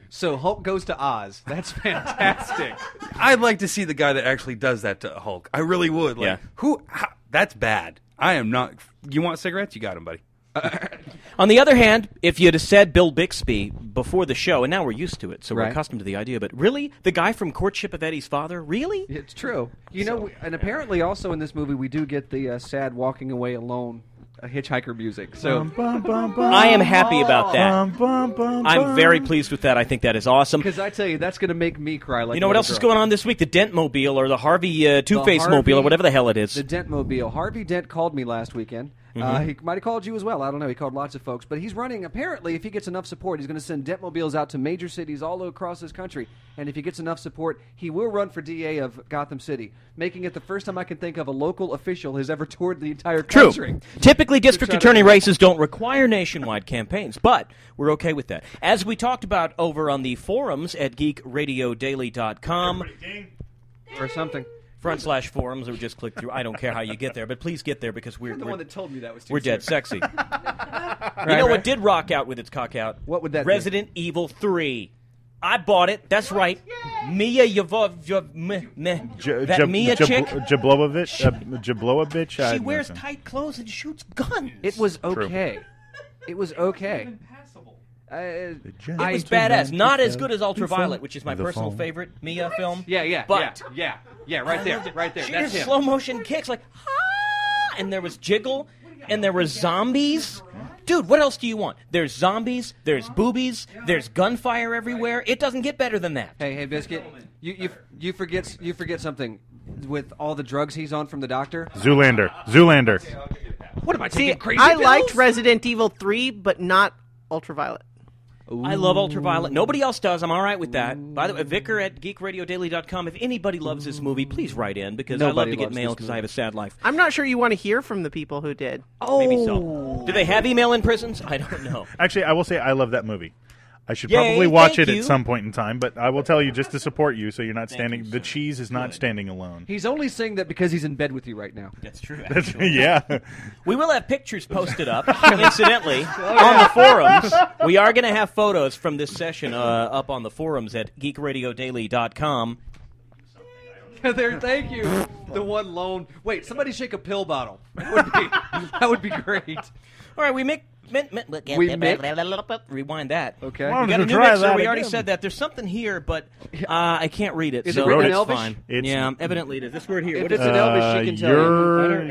B: So Hulk goes to Oz. That's fantastic.
G: I'd like to see the guy that actually does that to Hulk. I really would. Like,
A: Yeah.
G: Who? How, that's bad. I am not. You want cigarettes? You got them, buddy.
A: On the other hand, if you'd have said Bill Bixby before the show, and now we're used to it, so we're
B: Right.
A: accustomed to the idea, but really? The guy from Courtship of Eddie's Father? Really?
B: It's true. You know, we- and apparently also in this movie we do get the uh, sad walking away alone uh, hitchhiker music. So
A: Um, I am happy about that. I'm
F: I'm
A: very pleased with that. I think that is awesome.
B: Um, because I tell you that's going to make me cry. Like
A: You know what else is going on this week? The Dent Mobile or the Harvey uh, Two Face
B: Harvey-
A: Mobile or whatever the hell it is.
B: The Dent Mobile. Harvey Dent called me last weekend. Uh,
A: Mhm.
B: he might have called you as well. I don't know. He called lots of folks, but he's running. Apparently, if he gets enough support, he's going to send Dent Mobiles out to major cities all across this country. And if he gets enough support, he will run for DA of Gotham City, making it the first time I can think of a local official has ever toured the entire
A: True.
B: country.
A: Typically, district
B: Six out of
A: attorney
B: eight.
A: races don't require nationwide campaigns, but we're okay with that. As we talked about over on the forums at geekradiodaily.com
B: or something,
A: front slash forums, or just click through. I don't care how you get there, but please get there because we're
B: You're the
A: we're-
B: one that told me that was too
A: we're dead
B: soon.
A: sexy. you
B: Right,
A: know what
B: right.
A: did rock out with its cock out?
B: What would that be?
A: Resident Evil Three. I bought it. That's right. Mia Yvov, Yvov- meh, meh. that Mia chick.
F: Jablovovich, uh, Jablovovich.
A: she wears tight clothes and shoots guns.
B: It was
F: True.
B: okay. It was okay. It
F: It
A: It was badass. Not as good as Ultraviolet, which is my
F: The
A: personal
F: phone.
A: favorite Mia film.
B: Yeah, yeah,
A: But
B: yeah, yeah, yeah. Right there, right there.
A: she
B: That's
A: did
B: him.
A: slow motion kicks like ah, and there was jiggle, and there were zombies. Dude, what else do you want? There's zombies, there's boobies, there's gunfire everywhere. It doesn't get better than that.
B: Hey, hey, biscuit. You you you forget you forget something with all the drugs he's on from the doctor.
F: Zoolander. Zoolander.
B: What am I
I: See,
B: taking crazy?
I: I
B: pills?
I: liked Resident Evil 3, but not Ultraviolet.
A: I love Ultraviolet. Nobody else does. I'm all right with that. By the way, Vicar at geekradiodaily.com. If anybody loves this movie, please write in because I love
B: Nobody
A: to get
B: loves
A: mail
B: this
A: because I
B: movie.
A: have a sad life.
I: I'm not sure you want to hear from the people who did.
A: Maybe
B: Oh.
A: so. Do they have email in prisons? I don't know.
F: Actually, I will say I love that movie. I should
A: Yay,
F: probably watch
A: thank
F: it
A: you.
F: at some point in time, but I will tell you just to support you, so you're not standing. the cheese is not standing alone.
B: He's only saying that because he's in bed with you right now.
A: That's true.
F: yeah.
A: We will have pictures posted up, incidentally,
B: Oh,
A: on the forums. We are going to have photos from this session uh, up on the forums at geekradiodaily.com.
B: there, thank you. The one lone. Wait, somebody shake a pill bottle. That would be, that would be great.
A: All right, we make Mint, mint, look at
B: We
A: that.
B: mix-
A: Rewind that.
B: Okay.
A: We
B: Why
A: got
B: don't
A: a
B: you
A: new
B: try
A: mixer.
B: that
A: We already
B: again?
A: said that. There's something here, but uh, I can't read it.
B: Is it
A: so
B: written in
A: it's
B: Elvish?
A: fine.
F: It's-
A: yeah, evidently it is. This word here.
B: If
A: what
B: it's
A: is
B: an
A: it? Uh,
B: Elvish, she can tell you.
F: Uh, you're,
A: Utter-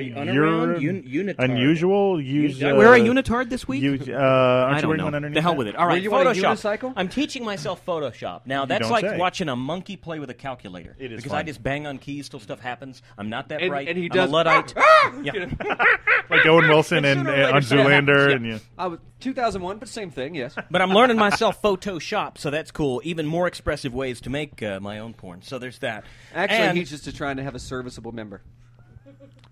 A: unaround?
F: you're
A: Un- unitard.
F: unusual. Use, uh,
A: We're a unitard this week.
F: use, uh, aren't
A: I
F: you
A: don't
F: wearing
A: know.
F: one underneath?
A: The hell
F: that?
A: with it. All right,
B: you want a
A: Photoshop.
B: unicycle?
A: I'm teaching myself Photoshop. Now that's
F: don't
A: like
F: say.
A: watching a monkey play with a calculator.
F: It is
A: because
F: fun.
A: I just bang on keys till stuff happens. I'm not that
B: And-
A: bright.
B: and he
A: I'm
B: does- Ah!
A: a luddite. yeah.
F: Like Owen Wilson
A: Sooner
F: and,
A: or
F: and on
A: later, yeah.
F: Zoolander,
A: Yeah.
F: and uh, you.
B: I was 2001, but same thing. Yes.
A: But I'm learning myself Photoshop, so that's cool. Even more expressive ways to make uh, my own porn. So there's that.
B: Actually,
A: and
B: he's just trying to have a serviceable member.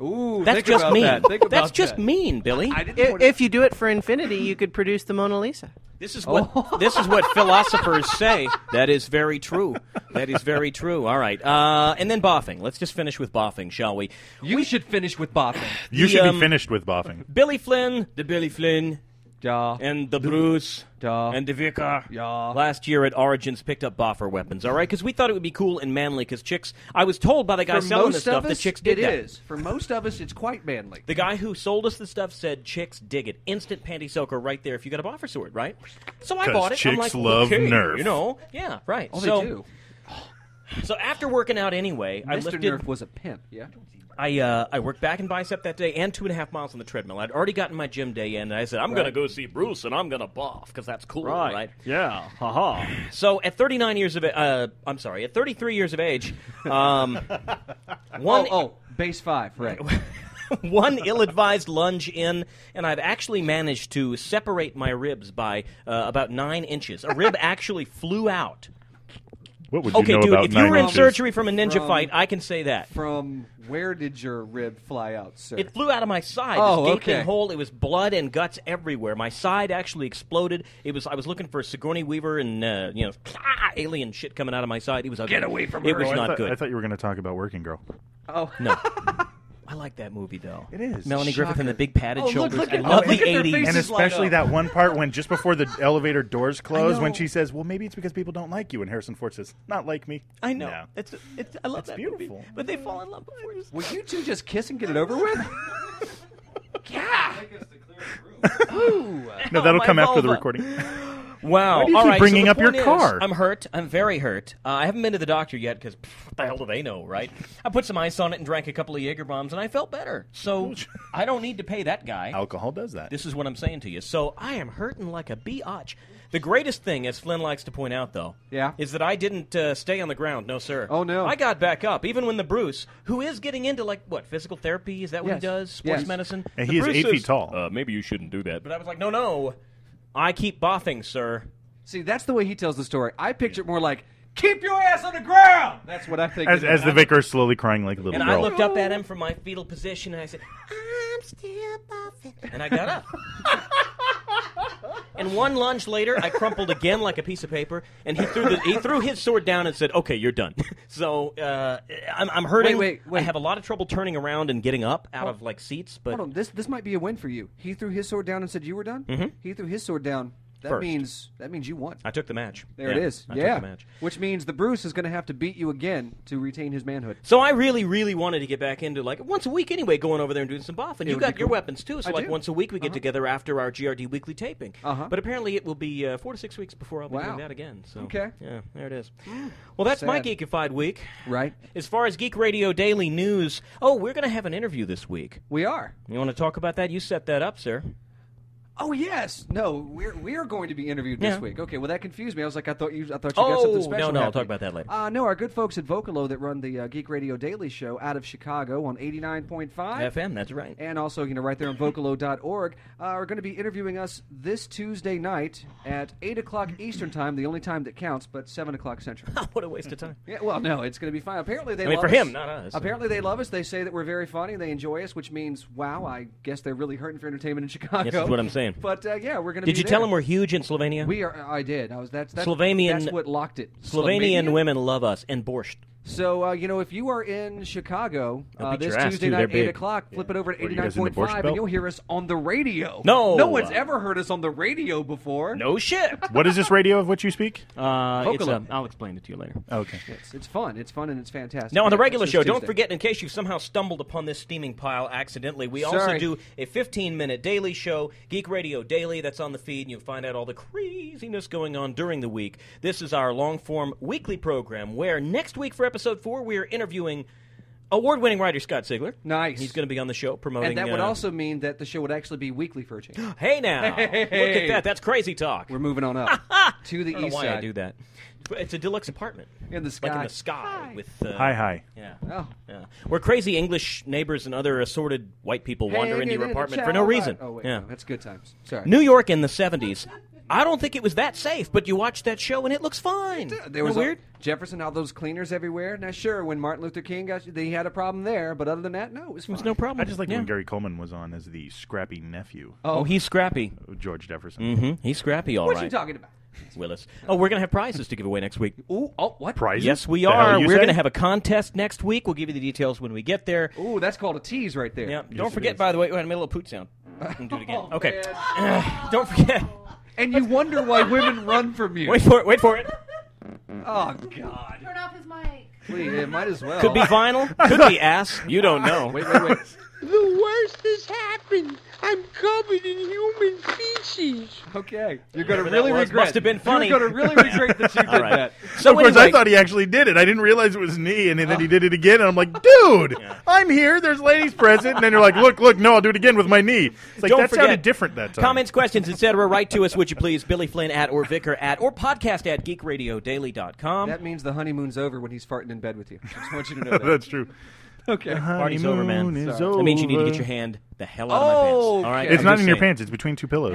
B: Ooh,
A: that's
B: think
A: just
B: about
A: mean.
B: that. Think
A: That's
B: about
A: just
B: that.
A: mean, Billy.
B: I didn't
I: If,
B: put
I: if you do it for infinity, you could produce the Mona Lisa.
A: This is what
B: Oh.
A: this is what philosophers say. That is very true. That is very true. All right, uh, and then boffing. Let's just finish with boffing, shall we?
B: you should finish with bopping.
F: You
A: The,
F: should
A: um,
F: be finished with boffing.
A: Billy Flynn, the Billy Flynn,
B: Duh.
A: and the Bruce,
B: Duh.
A: and the Vicar.
B: Yeah.
A: Last year at Origins, picked up boffer weapons. All right, because we thought it would be cool and manly. Because chicks, I was told by the guy
B: for
A: selling
B: most
A: the stuff,
B: of
A: the
B: us,
A: chicks did
B: it
A: that.
B: is. For most of us, it's quite manly.
A: The guy who sold us the stuff said, "Chicks dig it. Instant panty soaker right there. If you got a boffer sword, right?" So I
F: 'Cause
A: bought it. I'm
F: chicks
A: like,
F: love
A: okay,
F: Nerf.
A: You know, yeah, right.
B: oh,
A: so,
B: they do.
A: So after working out anyway, I
B: Mr.
A: lifted.
B: Nerf was a pimp. Yeah.
A: I uh, I worked back and bicep that day and two and a half miles on the treadmill. I'd already gotten my gym day in, and I said I'm gonna go see Bruce and I'm gonna buff because that's cool, right?
F: Yeah. Haha.
A: So at 39 years of uh, I'm sorry, at 33 years of age, um, one
B: Oh, oh, base five, right?
F: oh.
A: one ill-advised lunge in, and I've actually managed to separate my ribs by uh, about nine inches. A rib actually flew out.
F: What would you
A: Okay,
F: know
A: dude,
F: about
A: if
F: nine
A: you were in
F: inches?
A: surgery from a ninja
B: From-
A: fight, I can say that.
B: From where did your rib fly out, sir?
A: It flew out of my side.
B: Oh,
A: this gaping
B: okay.
A: hole. It was blood and guts everywhere. My side actually exploded. It was. I was looking for Sigourney Weaver and uh, you know alien shit coming out of my side. It was ugly. Get away from It was
F: Oh, I
A: not
F: thought-
A: good.
F: I thought you were going to talk about Working Girl.
B: oh,
A: no. I like that movie though. It
F: is.
A: Melanie Griffith and the
B: Shocker.
A: big padded
B: Oh, look,
A: shoulders.
B: look
A: I
B: at-
A: love
B: oh,
A: the
B: look at their
A: '80s.
F: and
B: Faces light
F: especially
B: up.
F: that one part when just before the elevator doors close, when
B: know.
F: she says, "Well, maybe it's because people don't like you," and Harrison Ford says, "Not like me."
A: I know.
F: No.
A: It's, it's. I love
F: It's
A: that
F: beautiful.
A: movie. But they fall in love before. you-
B: Will you two just kiss and get it over with?
F: No, that'll
A: my
F: come after
A: vulva.
F: the recording.
A: Wow.
F: Why do you
A: All
F: keep
A: right,
F: bringing
A: so the
F: up your
A: point is,
F: car?
A: I'm hurt. I'm very hurt. Uh, I haven't been to the doctor yet because what the hell do they know, right? I put some ice on it and drank a couple of Jaeger bombs, and I felt better. So I don't need to pay that guy.
F: Alcohol does that.
A: This is what I'm saying to you. So I am hurting like a biatch. The greatest thing, as Flynn likes to point out, though,
B: Yeah.
A: is that I didn't uh, stay on the ground. No, sir.
B: Oh, no.
A: I got back up, even when the Bruce, who is getting into like what physical therapy, is that what
B: Yes.
A: he does? Sports
B: Yes.
A: medicine.
F: And
A: The
F: he is
A: Bruce
F: eight feet tall.
A: "Uh, maybe you shouldn't do that. But I was like, no, no. I keep boffing, sir.
B: See, that's the way he tells the story. I picture it more like, "Keep your ass on the ground." That's what I think.
F: as,
B: of it.
F: as the vicar is slowly crying like a little
A: And I
F: girl.
A: looked up at him from my fetal position, and I said, "I'm still boffing." And I got up. and one lunge later, I crumpled again like a piece of paper, and he threw the, he threw his sword down and said, "Okay, you're done." so uh, I'm, I'm hurting.
B: Wait, wait, wait.
A: I have a lot of trouble turning around and getting up out of like seats, but
B: Hold on, this this might be a win for you. He threw his sword down and said you were done. Mm-hmm. He threw his sword down. That
A: First.
B: means that means you won.
A: I took the match.
B: There
A: Yeah,
B: it is.
A: I
B: yeah,
A: took the match.
B: which means the Bruce is going to have to beat you again to retain his manhood.
A: So I really, really wanted to get back into like once a week anyway, going over there and doing some boffing. You
B: would
A: got
B: be
A: your
B: cool.
A: weapons too, so
B: I
A: like
B: do.
A: once a week we get together after our GRD weekly taping.
B: Uh-huh.
A: But apparently it will be uh, four to six weeks before I'll be doing
B: Wow.
A: that again. So
B: Okay. Hmm.
A: yeah, there it is. Well, that's my
B: Sad.
A: geekified week.
B: Right?
A: As far as Geek Radio Daily News, oh, we're going to have an interview this week.
B: We are.
A: You want to talk about that? You set that up, sir.
B: Oh yes. No, we're we're going to be interviewed this
A: Yeah.
B: week. Okay. Well, that confused me. I was like, I thought you I thought you got
A: Oh
B: something
A: no, no,
B: special.
A: I'll
B: happening.
A: talk about that later.
B: Uh, no, our good folks at Vocalo that run the uh, Geek Radio Daily Show out of Chicago on eighty nine point five.
A: FM, that's right.
B: and also you know right there on vocalo.org uh, are going to be interviewing us this tuesday night at 8 o'clock eastern time the only time that counts but 7 o'clock central
A: what a waste of time.
B: yeah, well no it's going to be fine apparently they
A: I mean,
B: love
A: for him,
B: us.
A: not us.
B: apparently they love us they say that we're very funny they enjoy us which means wow i guess they're really hurting for entertainment in chicago
A: This is what I'm saying.
B: but uh, yeah we're going to
A: Did you tell him we're huge in Slovenia?
B: we are i did i was that's that's
A: Slovenian-
B: that's what locked it
A: Slovenian
B: Slovenia?
A: women love us and borscht.
B: So uh, you know, if you are in Chicago
F: They'll
B: uh,
F: beat
B: this
F: your ass,
B: Tuesday
F: too.
B: night,
F: They're
B: eight
F: big.
B: o'clock, flip it over to
F: What are
B: eighty
F: you
B: nine
F: guys in the
B: point
F: Borscht
B: five, and
F: Belt?
B: you'll hear us on the radio.
A: No.
B: no one's ever heard us on the radio before.
A: No shit.
F: What is this radio of which you speak?
A: Uh, it's,
B: Vocaloid.
A: um, I'll explain it to you later.
F: Okay.
B: It's, it's fun. It's fun and it's fantastic.
A: Now, on the
B: Yeah,
A: regular
B: this
A: show, don't
B: Tuesday.
A: forget, in case you've somehow stumbled upon this steaming pile accidentally, we also
B: Sorry.
A: do a 15 minute daily show, Geek Radio Daily, that's on the feed, and you'll find out all the craziness going on during the week. This is our long form weekly program where next week for episode four, we are interviewing award winning writer Scott Sigler.
B: Nice.
A: He's going to be on the show promoting.
B: And that would
A: uh,
B: also mean that the show would actually be weekly for a change.
A: Hey now! Look at
B: Hey.
A: that. That's crazy talk.
B: We're moving on up to the
A: I don't know
B: east
A: why
B: side.
A: I do that. It's a deluxe apartment
B: In the
A: like in
B: sky.
A: the sky with uh,
F: Hi, hi.
A: Yeah.
B: Oh.
A: Yeah. Where crazy English neighbors and other assorted white people wander
B: Hey,
A: into your
B: hey,
A: apartment
B: hey,
A: for no
B: child.
A: reason.
B: Oh wait,
A: yeah.
B: no, that's good times. Sorry.
A: New York in the 70s. I don't think it was that safe, but you watch that show and it looks fine.
B: There was
A: Isn't it weird.
B: All, Jefferson, all those cleaners everywhere. Now, sure, when Martin Luther King got, they had a problem there, but other than that, no, it was,
A: It was
B: fine.
A: no problem.
F: I just like
A: yeah.
F: when Gary Coleman was on as the scrappy nephew
A: Oh, he's scrappy.
F: of George Jefferson.
A: Mm-hmm. He's scrappy, all right.
B: What you talking about?
A: Willis. Oh, we're going to have prizes to give away next week.
B: Ooh, oh, what?
F: Prizes?
A: Yes, we
F: The hell
A: are.
F: you
A: We're
F: say?
A: going to have a contest next week. We'll give you the details when we get there.
B: Ooh, that's called a tease right there.
A: Yeah.
F: it
A: Don't forget,
F: is.
A: by the way, we had a little poot sound. Can Do it again.
B: Oh,
A: okay.
B: man.
A: don't forget.
B: And you wonder why women run from you.
A: Wait for it. Wait for it.
B: Oh God!
K: Turn off his mic.
B: Please, it might as well.
A: Could be vinyl. Could be ass. You don't know.
B: Wait, wait, wait.
L: The worst has happened. I'm covered in human feces.
B: Okay, you're going to
A: Whatever
B: really
A: that was,
B: regret.
A: must have been funny.
B: You're going to really regret that you did
A: All right.
B: that.
A: So
F: of course,
A: anyway,
F: I thought he actually did it. I didn't realize it was me, and then
A: Oh.
F: he did it again. And I'm like, dude, I'm here. There's ladies present. And then you're like, look, look, no, I'll do it again with my knee. It's like
A: Don't
F: that
A: forget,
F: sounded different that time.
A: Comments, questions, etc. Write to us, would you please? Billy Flynn at or Vicar at or podcast at geekradiodaily.com.
B: That means the honeymoon's over when he's farting in bed with you. I just want you to know that.
F: That's true.
B: okay.
A: Party's over, man.
F: Honeymoon is
A: That means you need to
F: over.
A: get your hand the hell out of my pants. All right,
B: Okay.
F: It's
A: I'm
F: not
A: just
F: in your
A: saying.
F: pants. It's between two pillows.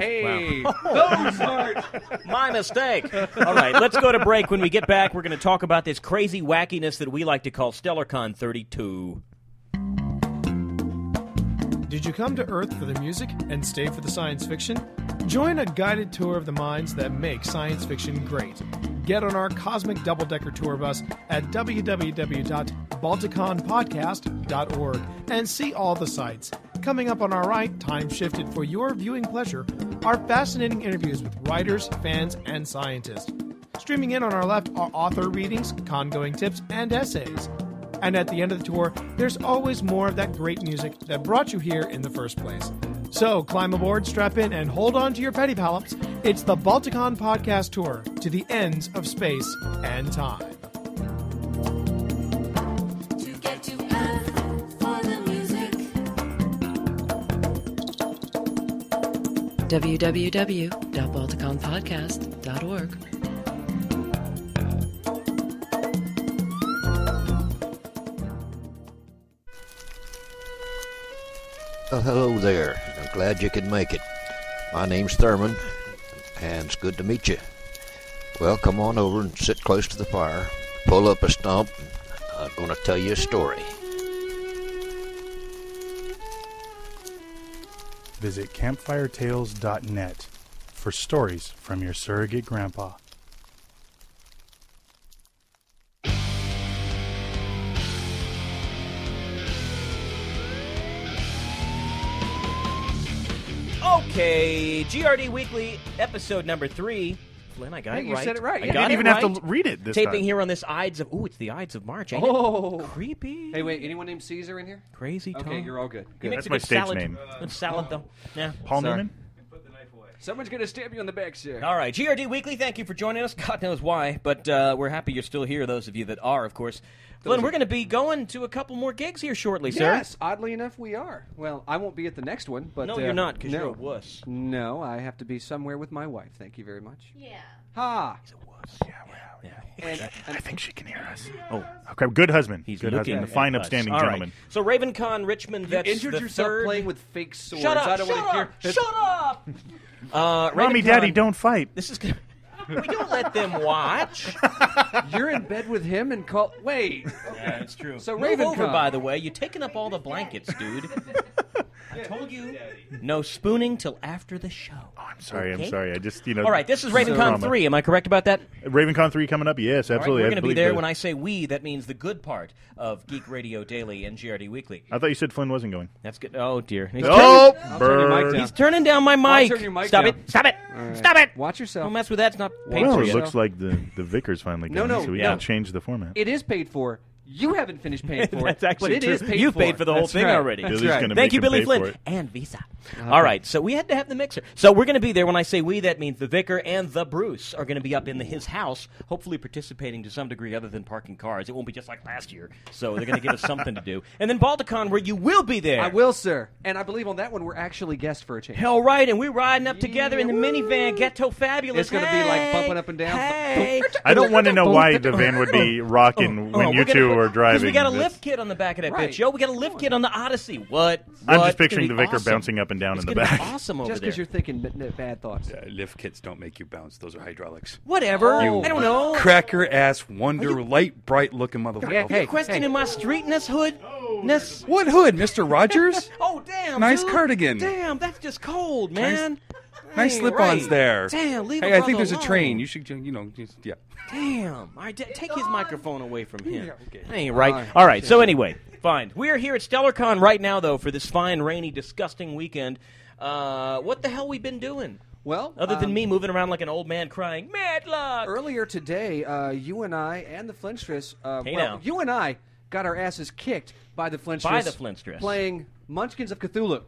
B: Hey, those aren't.
A: My mistake. All right, let's go to break. When we get back, we're going to talk about this crazy wackiness that we like to call StellarCon 32.
H: Did you come to Earth for the music and stay for the science fiction? Join a guided tour of the minds that make science fiction great. Get on our cosmic double decker tour bus at www.balticonpodcast.org and see all the sights. Coming up on our right, time shifted for your viewing pleasure, are fascinating interviews with writers, fans, and scientists. Streaming in on our left are author readings, congoing tips, and essays. And at the end of the tour, there's always more of that great music that brought you here in the first place. So climb aboard, strap in, and hold on to your petty pallops. It's the Balticon Podcast Tour to the ends of space and time.
L: To get to Earth for the music.
M: www.balticonpodcast.org.
N: Well, hello there. I'm glad you could make it. My name's Thurman, and it's good to meet you. Well, come on over and sit close to the fire. Pull up a stump. I'm going to tell you a story.
F: Visit campfiretales.net for stories from your surrogate grandpa.
A: Okay, GRD Weekly, episode number three. Flynn, I got
B: Hey,
A: it
B: you
A: right.
B: said it right.
A: I
B: You
A: got
B: didn't
A: it
F: even have to
A: right.
F: l- read it this
A: Taping
F: time.
A: here on this Ides of. Ooh, it's the Ides of March. Ain't
B: Oh.
A: it creepy.
B: Hey, wait. Anyone named Caesar in here?
A: Crazy talk.
B: Okay, you're all good.
A: He
B: Good.
A: makes
F: That's
A: a
F: my
A: good
F: stage
A: salad.
F: name.
A: Good salad, though. Yeah.
F: Paul
B: Sorry.
F: Newman?
B: Someone's going to stab you in the back, sir.
A: All right, GRD Weekly, thank you for joining us. God knows why, but uh, we're happy you're still here, those of you that are, of course. Flynn, we're going to be going to a couple more gigs here shortly, sir.
B: Yes, oddly enough, we are. Well, I won't be at the next one, but
A: No,
B: uh,
A: you're not, because
B: no.
A: you're a wuss.
B: No, I have to be somewhere with my wife. Thank you very much.
K: Yeah.
B: Ha!
A: Yeah.
F: I think she can hear us.
A: Oh,
F: Okay, good husband.
A: he's
F: good
A: looking
F: husband. A
A: at
F: fine,
A: us.
F: upstanding
A: All right.
F: gentleman.
A: So RavenCon Richmond, that's
B: you injured
A: the
B: yourself
A: third.
B: playing with fake swords.
A: Shut up!
B: I don't
A: shut,
B: want to
A: up
B: hear.
A: shut up! Uh,
F: Mommy,
A: RavenCon-
F: daddy, don't fight.
A: This is. Gonna... we don't let them watch.
B: You're in bed with him and call. Wait.
A: yeah, it's true.
B: So
A: Move over,
B: RavenCon.
A: by the way. You're taking up all the blankets, dude. I told you. No spooning till after the show. Oh, I'm
F: Sorry, I'm sorry. I just you know.
A: All right, this is RavenCon
F: drama.
A: 3. Am I correct about that?
F: RavenCon three coming up. Yes, absolutely.
A: All right,
F: I
A: we're going to be
F: believe
A: there
F: that.
A: when I say we. That means the good part of Geek Radio Daily and GRD Weekly.
F: I thought you said Flynn wasn't going.
A: That's good. Oh dear. He's
F: Oh,
A: turning-
F: I'll turn your mic burn. down.
A: He's turning down my
B: I'll
A: mic.
B: turn your mic
A: Stop
B: down.
A: it. Stop it.
B: All right.
A: Stop it.
B: Watch yourself.
A: Don't mess with that. It's not paid
F: Well,
A: for
F: it
A: yet.
F: looks like the the vicar's finally
B: No,
F: gone,
B: no,
F: so we
B: no.
F: gotta change the format.
B: It is paid for. You haven't finished paying for it.
A: That's actually
B: but it
A: true.
B: is paid
A: You've
B: for.
A: paid for the whole
B: That's
A: thing
B: right.
A: already.
B: That's
F: Billy's
B: right.
F: gonna
A: Thank
F: make
A: you,
F: him
A: Billy
F: pay
A: Flynn
F: for it.
A: and Visa. All right, so we had to have the mixer. So we're going to be there. When I say we, that means the vicar and the Bruce are going to be up in the, his house, hopefully participating to some degree other than parking cars. It won't be just like last year. So they're going to give us something to do. And then Balticon, where you will be there.
B: I will, sir. And I believe on that one we're actually guests for a change.
A: Hell right, and we're riding up together in the minivan, ghetto fabulous.
B: It's gonna be like bumping up and down.
A: Hey,
F: I don't want to know why the van would
B: Oh,
F: be
A: Oh,
F: rocking when you two are
A: because
F: driving.
A: we got a
F: That's-
A: lift kit on the back of that
B: Right.
A: bitch, yo. We got a lift kit on the Odyssey. What?
F: I'm
A: What?
F: just picturing
A: It's
F: the
A: gonna be
F: vicar
A: awesome.
F: bouncing up and down
A: It's
F: in the
A: gonna be
F: back.
A: Awesm over
B: Just
A: there.
B: because you're thinking b- n- bad thoughts.
G: Uh, lift kits don't make you bounce. Those are hydraulics.
A: Whatever.
G: You
A: I don't know.
G: Cracker ass, wonder light, bright looking motherfucker.
A: You're questioning my streetness, hoodness.
G: What hood, Mister Rogers?
A: Oh damn!
G: Nice
A: dude.
G: cardigan.
A: Damn, that's just cold, man.
G: Nice
A: Hey,
G: slip-ons
A: right.
G: there.
A: Damn, leave
G: hey,
A: the
G: I think
A: brother
G: there's a
A: alone.
G: train. You should, you know, just, yeah.
A: Damn! I d- take his microphone away from him.
G: Yeah, okay.
A: That ain't right.
G: All right.
A: All right. So anyway, fine. We are here at StellarCon right now, though, for this fine, rainy, disgusting weekend. Uh, what the hell we been doing?
B: Well,
A: other than
B: um,
A: me moving around like an old man crying Madlock.
B: Earlier today, uh, you and I and the Flintstress, uh,
A: Hey,
B: well,
A: now.
B: you and I got our asses kicked by the Flintstress.
A: By the Flintstress.
B: Playing Munchkins of Cthulhu.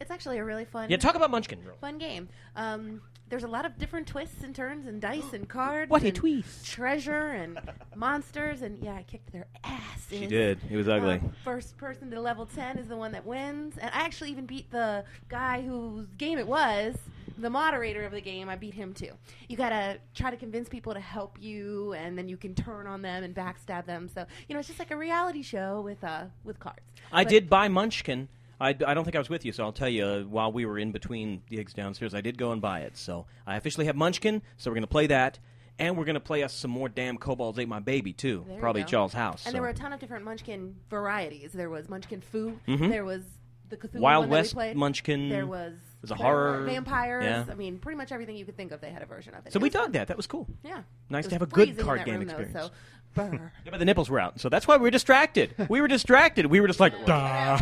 K: It's actually a really fun.
A: Yeah, talk about Munchkin. Girl.
K: Fun game. Um, there's a lot of different twists and turns and dice and cards.
A: What a
K: and
A: twist.
K: Treasure and monsters and yeah, I kicked their ass.
A: She did. It was ugly.
K: first person to level ten is the one that wins, and I actually even beat the guy whose game it was. The moderator of the game, I beat him too. You gotta try to convince people to help you, and then you can turn on them and backstab them. So you know, it's just like a reality show with uh with cards.
A: I
K: But-
A: did buy Munchkin. I, I don't think I was with you, so I'll tell you. Uh, while we were in between gigs downstairs, I did go and buy it. So I officially have Munchkin. So we're gonna play that, and we're gonna play us some more damn Kobolds Ate My Baby too.
K: There you
A: Probably
K: go.
A: Charles House. so.
K: And there were a ton of different Munchkin varieties. There was Munchkin Foo.
A: Mhm.
K: There was the Cthulhu
A: Wild
K: one
A: West
K: that we played.
A: Munchkin.
K: There was
A: It was a
K: there were
A: horror-
K: vampires.
A: yeah.
K: I mean, pretty much everything you could think of. They had a version of it.
A: So
K: It
A: we
K: was fun.
A: dug that. That was cool.
K: Yeah.
A: Nice
K: It
A: to have a
K: was
A: good
K: freezing in
A: card
K: that
A: game
K: room, though,
A: experience.
K: so, brr.
A: Yeah, but the nipples were out, so that's why we were distracted. we were distracted. We were just like,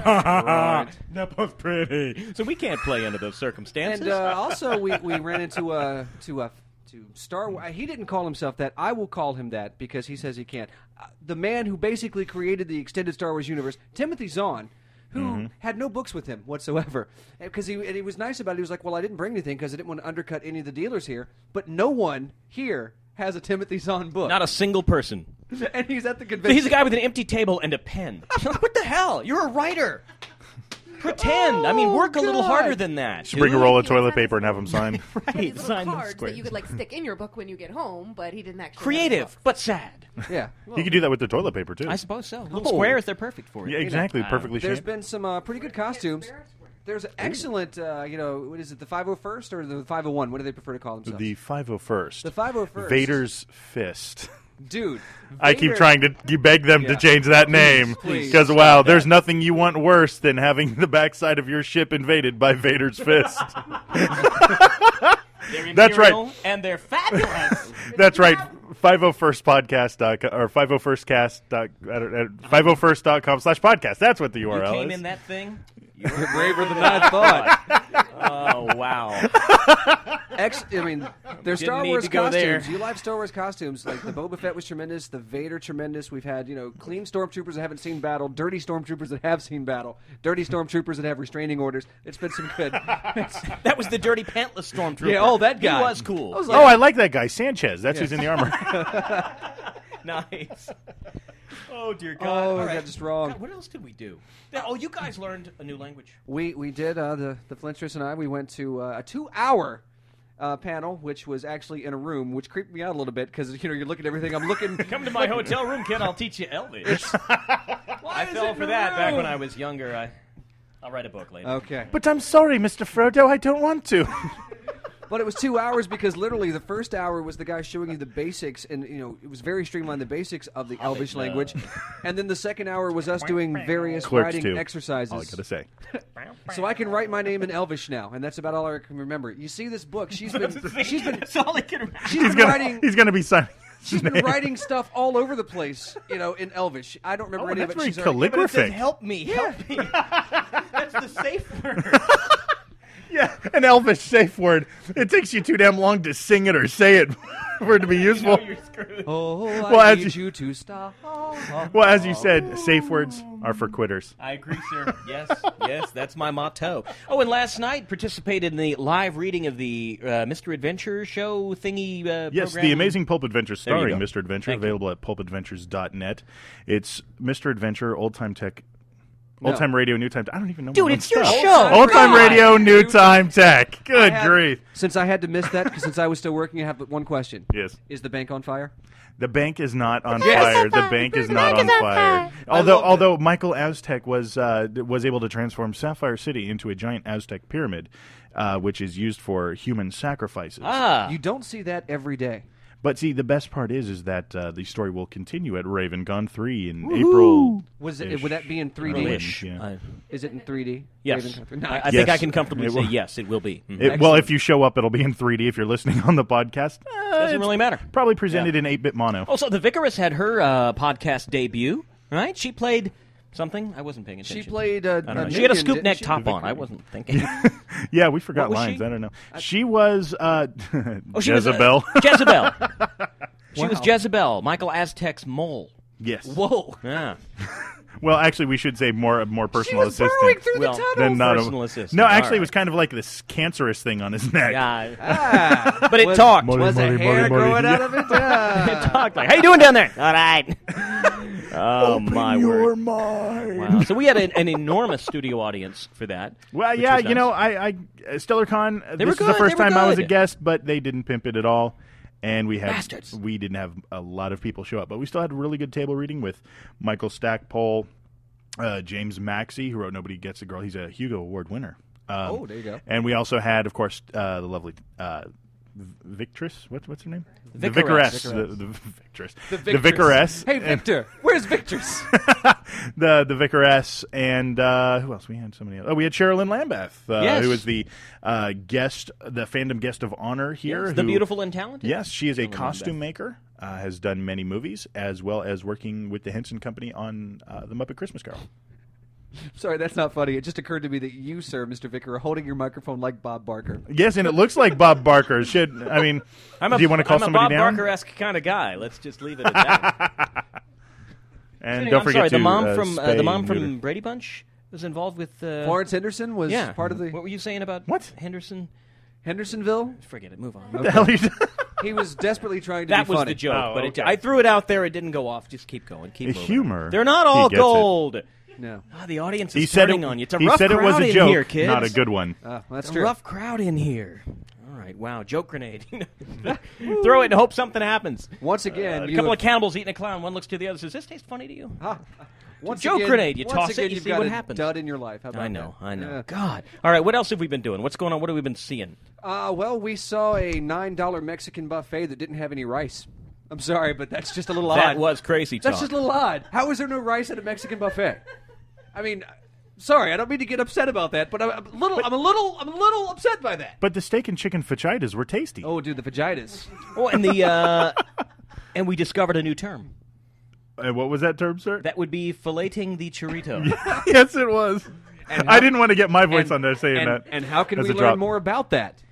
A: "Duh, nipples pretty. So we can't play under those circumstances.
B: And uh, also, we, we ran into uh, to uh, to Star Wars. He didn't call himself that. I will call him that because he says he can't. Uh, the man who basically created the extended Star Wars universe, Timothy Zahn, who
A: Mm-hmm.
B: had no books with him whatsoever, because he and he was nice about it. He was like, "Well, I didn't bring anything because I didn't want to undercut any of the dealers here, but no one here." Has a Timothy Zahn book,
A: Not a single person.
B: and he's at the
A: So
B: convention.
A: he's a guy with an empty table and a pen. what the hell? You're a writer. Pretend. I mean, work a little
B: Oh, God.
A: harder than that.
F: Just bring a
A: dude.
F: roll of toilet paper and have them sign.
K: Had these little
A: sign them
K: cards that
A: squares.
K: you could like stick in your book when you get home, but he didn't actually.
A: Creative, but sad.
B: yeah,
F: You could do that with the toilet paper too.
A: I suppose so. Little
B: Oh.
A: squares, they're perfect for it.
F: Yeah, exactly.
A: Uh,
F: Perfectly
B: There's
F: shaped.
B: been some uh, pretty good costumes. There's excellent, uh, you know, what is it, the 501st or the 501? What do they prefer to call themselves?
F: The 501st.
B: The 501st.
F: Vader's fist.
B: Dude.
F: I keep
B: Vader-
F: trying to you beg them
B: Yeah.
F: to change that
B: Please,
F: name
B: please.
F: because wow, there's nothing you want worse than having the backside of your ship invaded by Vader's fist.
A: They're
F: That's right.
A: imperial And they're fabulous.
F: That's right. 501st podcast dot or 501st cast dot uh, 501st dot com slash podcast. That's what the
A: you
F: URL
A: came
F: is.
A: in that thing.
B: You're braver than I thought.
A: Oh wow.
B: Ex- I mean, there's
A: Didn't
B: Star
A: need
B: Wars
A: to go there.
B: costumes. You live Star Wars costumes. Like the Boba Fett was tremendous. The Vader tremendous. We've had you know clean stormtroopers that haven't seen battle, dirty stormtroopers that have seen battle, dirty stormtroopers that have restraining orders. It's been some good.
A: That was the dirty pantless stormtrooper.
B: Yeah, oh, that guy.
A: He was cool.
B: I was
F: oh, I like that guy Sanchez. That's who's in the armor.
A: nice. Oh dear God!
B: oh,
A: All
B: I
A: right.
B: got just wrong.
A: God, what else did we do? Yeah, oh, you guys learned a new language.
B: We we did uh, the the Flintstress and I. We went to uh, a two hour. Uh, panel, which was actually in a room, which creeped me out a little bit because you know you're looking at everything. I'm looking.
A: Come to my hotel room, kid. I'll teach you Elvish. I fell for that back when I was younger. I, I'll write a book later.
B: Okay,
F: but I'm sorry, Mr. Frodo, I don't want to.
B: But it was two hours because literally the first hour was the guy showing you the basics, and you know it was very streamlined the basics of the Elvish
F: know.
B: language, and then the second hour was us doing various
F: Clerks
B: writing
F: too.
B: exercises.
F: All I gotta say.
B: Uh, So I can write my name in Elvish now, and that's about all I can remember. You see this book? She's been she's been
A: all I can remember.
B: She's
F: he's
B: been
F: gonna
B: writing.
F: he's gonna be signing. his
B: She's been
F: name.
B: writing stuff all over the place, you know, in Elvish. I don't remember
F: Oh,
B: any
F: that's
B: of it.
F: very
B: She's already-
F: calligraphic. But it says,
A: "Help me, help me. That's the safe word.
F: Yeah, an Elvish safe word. It takes you too damn long to sing it or say it for it to be useful.
B: Oh, I
F: Well, as
B: need
F: you-
B: you to stop.
F: Well, as you said, safe words are for quitters.
A: I agree, sir. Yes, yes, that's my motto. Oh, and last night participated in the live reading of the uh, Mr. Adventure show thingy. Uh,
F: Yes,
A: program.
F: The Amazing Pulp Adventure
A: There you
F: starring
A: go.
F: Mr. Adventure, available at pulpadventures.net. It's Mr. Adventure, Old Time Tech,
A: No.
F: Old Time Radio, New Time Tech. I don't even know.
A: Dude,
F: my own
A: it's your
F: stuff.
A: show.
F: Old Time
A: God.
F: Radio, New Time Tech. Good
B: I had-
F: grief.
B: Since I had to miss that, 'cause since I was still working, I have but one question.
F: Yes.
B: Is the bank on fire?
F: The bank is not on
B: Yes.
F: fire. The bank is
B: The
F: not
B: bank
F: on
B: is on
F: fire.
B: fire. I
F: Although,
B: loved it.
F: although Michael Aztec was uh, d- was able to transform Sapphire City into a giant Aztec pyramid, uh, which is used for human sacrifices.
A: Ah.
B: You don't see that every day.
F: But see, the best part is, is that uh, the story will continue at Raven Gone Three in
B: Woohoo!
F: April.
B: Was it, would that be in 3D?
F: Early-ish, yeah.
B: Is it in 3D?
A: Uh, Yes.
B: Raven Country?
A: I- I think
F: Yes.
A: I can comfortably
F: It
A: say
F: will.
A: yes, it will be. Mhm.
F: It- well, if you show up, it'll be in 3D. If you're listening on the podcast, eh,
A: doesn't
F: it's
A: really matter.
F: Probably presented
A: Yeah. Oh,
F: in 8-bit mono.
A: Also, the Vicaress had her uh, podcast debut. Right? She played something. I wasn't paying
B: She
A: attention.
B: played, uh,
A: I don't know.
B: uh,
A: She had a
B: Nukin,
A: scoop neck
B: didn't she?
A: top
B: The
A: on. I
B: Vicaress.
A: wasn't thinking.
F: yeah, we forgot
A: What was
F: lines.
A: she?
F: I don't know. she was uh,
A: Oh, she was, uh,
F: Jezebel.
A: Jezebel. She was
F: Wow.
A: Jezebel, Michael Aztec's mole.
F: Yes.
A: Whoa. Yeah.
F: Well, actually, we should say more more personal
A: was
F: assistant
A: burrowing through the Well, tunnel.
F: than not a-
A: personal assistant.
F: No,
A: All
F: actually,
A: right.
F: it was kind of like this cancerous thing on his neck.
A: Yeah. Ah. But it Was- talked. was a hair growing out of it?
F: Yeah.
A: it talked like, "How you doing down there?" All right. oh my word.
F: mind.
A: Wow. So we had an, an enormous studio audience for that.
F: Well,
A: which
F: yeah,
A: was
F: you
A: nice.
F: know, I, I uh, StellarCon. uh,
A: They were
F: this is the
A: good,
F: first
A: they were
F: time I was a
A: good.
F: guest, but they didn't pimp it at all. And we had
A: Bastards.
F: we didn't have a lot of people show up, but we still had a really good table reading with Michael Stackpole, uh, James Maxey, who wrote "Nobody Gets a Girl." He's a Hugo Award winner. Um,
B: Oh, there you go.
F: And we also had, of course, uh, the lovely uh, V- Victress. What's what's her name? The
B: Vicaress.
F: Vicaress. The, the Victress. The,
B: Victress.
F: Vicaress.
B: Hey,
F: and-
B: Victor, where's Victor's?
F: the the vicaress and uh, who else? We had somebody else. Oh, we had Sherilyn Lambeth, uh,
A: Yes.
F: who was the uh, guest, the fandom guest of honor here.
A: Yes, the
F: who-
A: beautiful and talented
F: Yes, she is a
A: Sherilyn
F: costume
A: Lambeth.
F: maker. Uh, has done many movies as well as working with the Henson Company on uh, the Muppet Christmas Carol.
B: Sorry, that's not funny. It just occurred to me that you, sir, Mr. Vicker, are holding your microphone like Bob Barker.
F: Yes, and it looks like Bob Barker. Should I mean?
A: I'm a,
F: do you want to call
A: I'm
F: somebody
A: a Bob
F: down?
A: Barker-esque kind of guy. Let's just leave it at that.
F: And
A: Anyway,
F: don't
A: I'm
F: forget
A: sorry, the
F: to,
A: mom
F: uh,
A: from uh,
F: spay
A: the mom
F: and
A: from
F: neuter.
A: Brady Bunch was involved with uh,
B: Florence Henderson was
A: yeah.
B: part of the-
A: What were you saying about what Henderson?
B: Hendersonville.
A: Forget it. Move on.
B: What the hell are you- He was desperately trying to
A: That
B: be
A: was
B: funny.
A: the joke,
B: Oh,
A: but it,
B: okay.
A: I threw it out there. It didn't go off. Just keep going. Keep
F: The
A: moving.
F: humor.
A: They're not
F: He
A: all
F: gets it.
A: gold.
B: No.
A: Ah, the audience is
F: He said
A: turning
F: it-
A: on you. It's a
F: he
A: rough
F: said it was
A: crowd
F: a
A: in
F: joke,
A: here, kids. Uh.
F: not a good one.
B: Oh, that's
A: It's a
B: true.
A: rough crowd in here. All right. Wow. Joke grenade. Throw it and hope something happens.
B: Once again,
A: Uh, a
B: you
A: couple
B: have-
A: of cannibals eating a clown. One looks to the other. Says, "This tastes funny to you." It's a
B: Once
A: joke
B: again-
A: grenade. You
B: once
A: toss
B: again,
A: it. You
B: you've
A: see
B: got
A: what
B: a
A: happens.
B: Dud in your life. How about
A: I know.
B: that?
A: I know.
B: Yeah.
A: God. All right. What else have we been doing? What's going on? What have we been seeing?
B: Uh, well, we saw a nine dollar Mexican buffet that didn't have any rice. I'm sorry, but that's just a little odd.
A: That was crazy
B: That's
A: talk.
B: just a little odd. How is there no rice at a Mexican buffet? I mean, sorry, I don't mean to get upset about that, but I'm I'm a little, I'm a little, I'm a little upset by that.
F: But the steak and chicken fajitas were tasty.
B: Oh, dude, the fajitas.
A: Oh, and the uh, and we discovered a new term.
F: And Uh, what was that term, sir?
A: That would be filleting the chorito.
F: yes, it was.
B: And
F: I
B: how-
F: didn't want to get my voice
B: and-
F: on there saying
B: and-
F: that.
B: And how can
F: as
B: we
F: a
B: learn
F: drop.
B: more about that?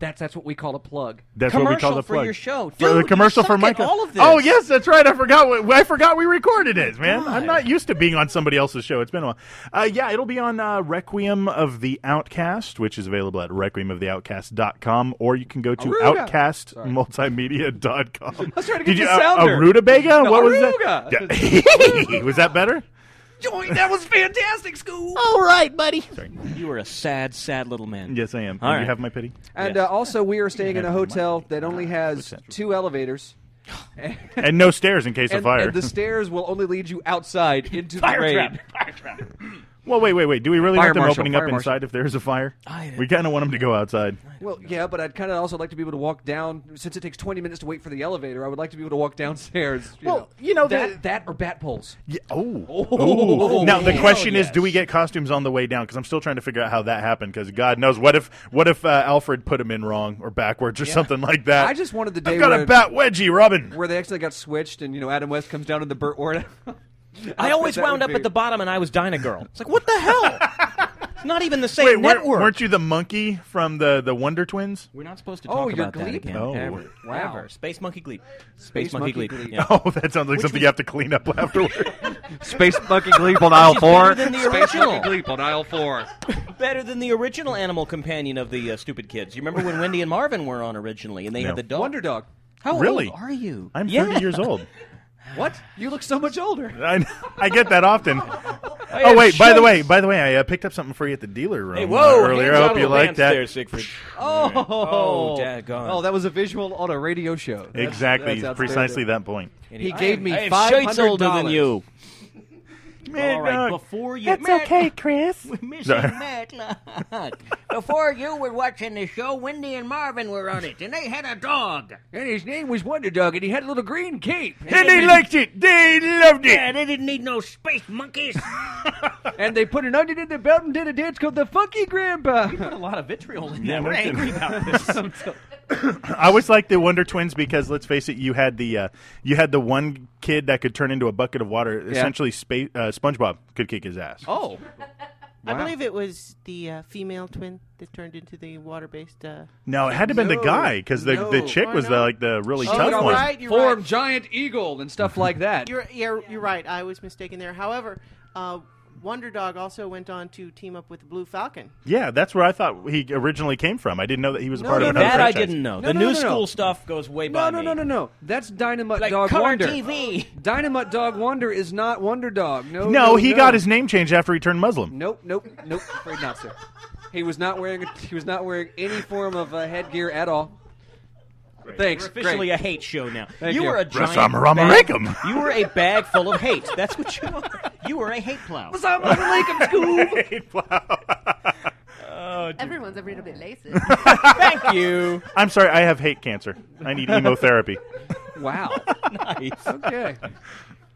B: That's that's what we call a plug.
F: That's what we call the
B: for
F: plug.
B: your show.
F: For the
B: Dude, you
F: commercial
B: suck
F: for
B: at
F: Michael.
B: all of
F: Oh
B: this.
F: yes, that's right. I forgot. We, I forgot we recorded it, man. I'm not used to being on somebody else's show. It's been a while. Uh, yeah, it'll be on uh, Requiem of the Outcast, which is available at requiemoftheoutcast.com, or you can go to
B: Aruga.
F: outcastmultimedia.com.
B: I was trying to get
F: Did you
B: the sounder.
F: a rutabaga?
B: No,
F: what was
B: aruga.
F: that? Yeah. was that better?
B: Joy, that was fantastic, school.
F: All right, buddy.
A: You are a sad, sad little man.
F: Yes, I am.
A: All
F: you
A: right.
F: have my pity.
B: And uh, also, we are staying in a hotel that only has two elevators.
F: and no stairs in case
B: and,
F: of fire.
B: and the stairs will only lead you outside into the
A: Fire
B: raid.
A: trap. Fire trap.
F: Well, wait, wait, wait. Do we really
B: Fire
F: want them
B: marshal,
F: opening
B: fire
F: up
B: marshal.
F: inside if there's a fire? we kind of want them to go outside.
B: Well, yeah, but I'd kind of also like to be able to walk down. Since it takes twenty minutes to wait for the elevator, I would like to be able to walk downstairs. You
F: Well,
B: know,
F: you know,
B: that
F: the-
B: that or bat poles.
F: Yeah, oh.
B: Oh.
F: Ooh. now the
B: Hell
F: question is, do we get costumes on the way down? Because I'm still trying to figure out how that happened. Because God knows, what if what if uh, Alfred put him in wrong or backwards or something like that?
B: I just wanted the day
F: I've got
B: where-
F: a bat wedgie, Robin.
B: where they actually got switched, and you know Adam West comes down to the Burt Ward.
A: I always wound up at the bottom, and I was Dinah Girl. It's like, what the hell? it's not even the same
F: Wait, weren't,
A: network.
F: weren't you the monkey from the the Wonder Twins?
A: We're not supposed to
F: Oh,
A: talk
F: you're
A: about that
F: Gleep?
A: again.
F: Oh.
A: Ever.
F: Wow.
A: Ever. Space Monkey Gleep.
F: Space Monkey
A: Gleep.
F: Gleep.
A: Yeah.
F: Oh, that sounds like
A: Which
F: something
A: was-
F: you have to clean up afterward.
M: Space Monkey Gleep on aisle
A: Which is
M: four.
A: better than the
M: Space
A: original.
M: Monkey Gleep on aisle four.
A: Better than the original animal companion of the uh, stupid kids. You remember when Wendy and Marvin were on originally, and they
F: No.
A: had the dog Wonder
B: Dog.
A: How
F: Really?
A: old are you?
F: I'm
A: Yeah.
F: 30 years old.
B: What? You look so much older.
F: I, I get that often.
A: am
F: Oh wait, by the
A: shocked.
F: way, by the way, I uh, picked up something for you at the dealer room
A: Hey, whoa,
F: uh, earlier.
A: hands out
F: I hope
A: of
F: you
A: the
F: like
A: pants
F: that.
A: there, Siegfried.
B: Oh,
A: Oh, daggone.
B: Oh, that was a visual on a radio show. That's-
F: Exactly,
B: that's
F: precisely
B: outstanding.
F: that point.
B: He gave me
A: I am
B: five
A: shades
B: hundred
A: older
B: dollars.
A: than you.
F: Man,
A: All right,
F: dog.
A: before you.
O: That's okay, Chris.
F: Sorry.
O: Before you were watching the show, Wendy and Marvin were on it, and they had a dog.
B: And his name was Wonder Dog, and he had a little green cape.
O: And they liked
F: it. They loved it.
O: Yeah, they didn't need no space monkeys.
B: and they put an onion in their belt and did a dance called the Funky Grandpa.
A: put a lot of vitriol in
F: Yeah,
A: that. We're
F: we did.
A: angry about this.
F: I always like the Wonder Twins because let's face it, you had the uh, you had the one kid that could turn into a bucket of water. Essentially, spa- uh, SpongeBob could kick his ass.
B: Oh.
I: I
F: Wow.
I: believe it was the uh, female twin that turned into the water-based. Uh,
F: No, it had to have been the guy because the, the chick
I: Oh,
F: was the,
I: no.
F: like the really
I: She
F: tough
I: was
F: one.
I: right, you're
B: Form
I: right.
B: giant eagle and stuff like that.
I: You're, you're, you're right. I was mistaken there. However, uh, Wonder Dog also went on to team up with Blue Falcon.
F: Yeah, that's where I thought he originally came from. I didn't know that he was a part of another
A: that I
F: franchise.
A: didn't know. the
B: no,
A: new
B: no, no.
A: school stuff goes way
B: no,
A: by
B: no,
A: me.
B: no, no, no. That's Dynamite Dog Oh,
A: color
B: Wonder.
A: TV.
B: Dynamite Dog Wonder is not Wonder Dog. No,
F: No,
B: no,
F: he
B: no.
F: got his name changed after he turned Muslim.
B: Nope, nope, nope. Afraid not, sir. He was not wearing. A, he was not wearing any form of uh, headgear at all. Thanks.
A: We're officially
B: great.
A: a hate show now.
B: Thank
A: you
B: you.
A: were a giant
F: Rassam
A: bag.
F: Ramarekum.
A: You were a bag full of hate. That's what you are. You were a hate plow.
B: Rassam Ramarekum, Scoob.
F: hate plow.
K: Everyone's a little bit lazy.
A: Thank you.
F: I'm sorry, I have hate cancer. I need emotherapy.
B: Wow.
A: nice.
B: Okay.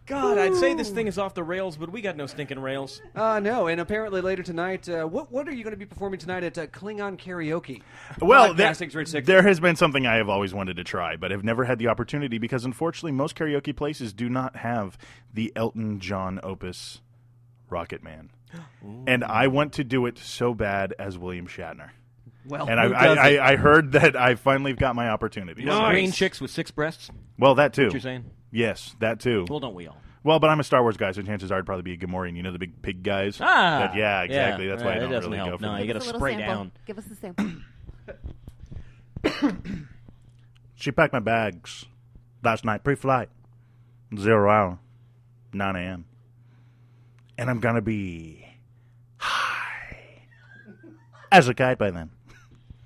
A: God, I'd say this thing is off the rails, but we got no stinking rails.
B: Uh, no, and apparently later tonight, uh, what what are you going to be performing tonight at uh, Klingon Karaoke?
F: Well, there,
B: Podcasting's Rich Sick.
F: there has been something I have always wanted to try, but have never had the opportunity because unfortunately most karaoke places do not have the Elton John opus Rocket Man. And I want to do it so bad as William Shatner.
B: Well,
F: and I,
A: who doesn't?
F: I, I, I heard that I finally got my opportunity.
A: What, Green chicks with six breasts.
F: Well, that too.
A: What you're saying?
F: Yes, that too.
A: Well, don't we all?
F: Well, but I'm a Star Wars guy, so chances are I'd probably be a Gamorrean. You know the big pig guys.
A: Ah,
F: But yeah,
A: yeah.
F: exactly. That's why
A: Yeah,
F: I
A: that
F: don't
A: doesn't
F: really go
A: help.
F: for
A: No,
F: the-
A: you
K: Give
A: gotta
K: us a little
A: spray
K: sample.
A: down.
K: Give us a sample.
F: She packed my bags last night, pre flight, zero hour, 9 a.m. And I'm going to be high as a kite by then.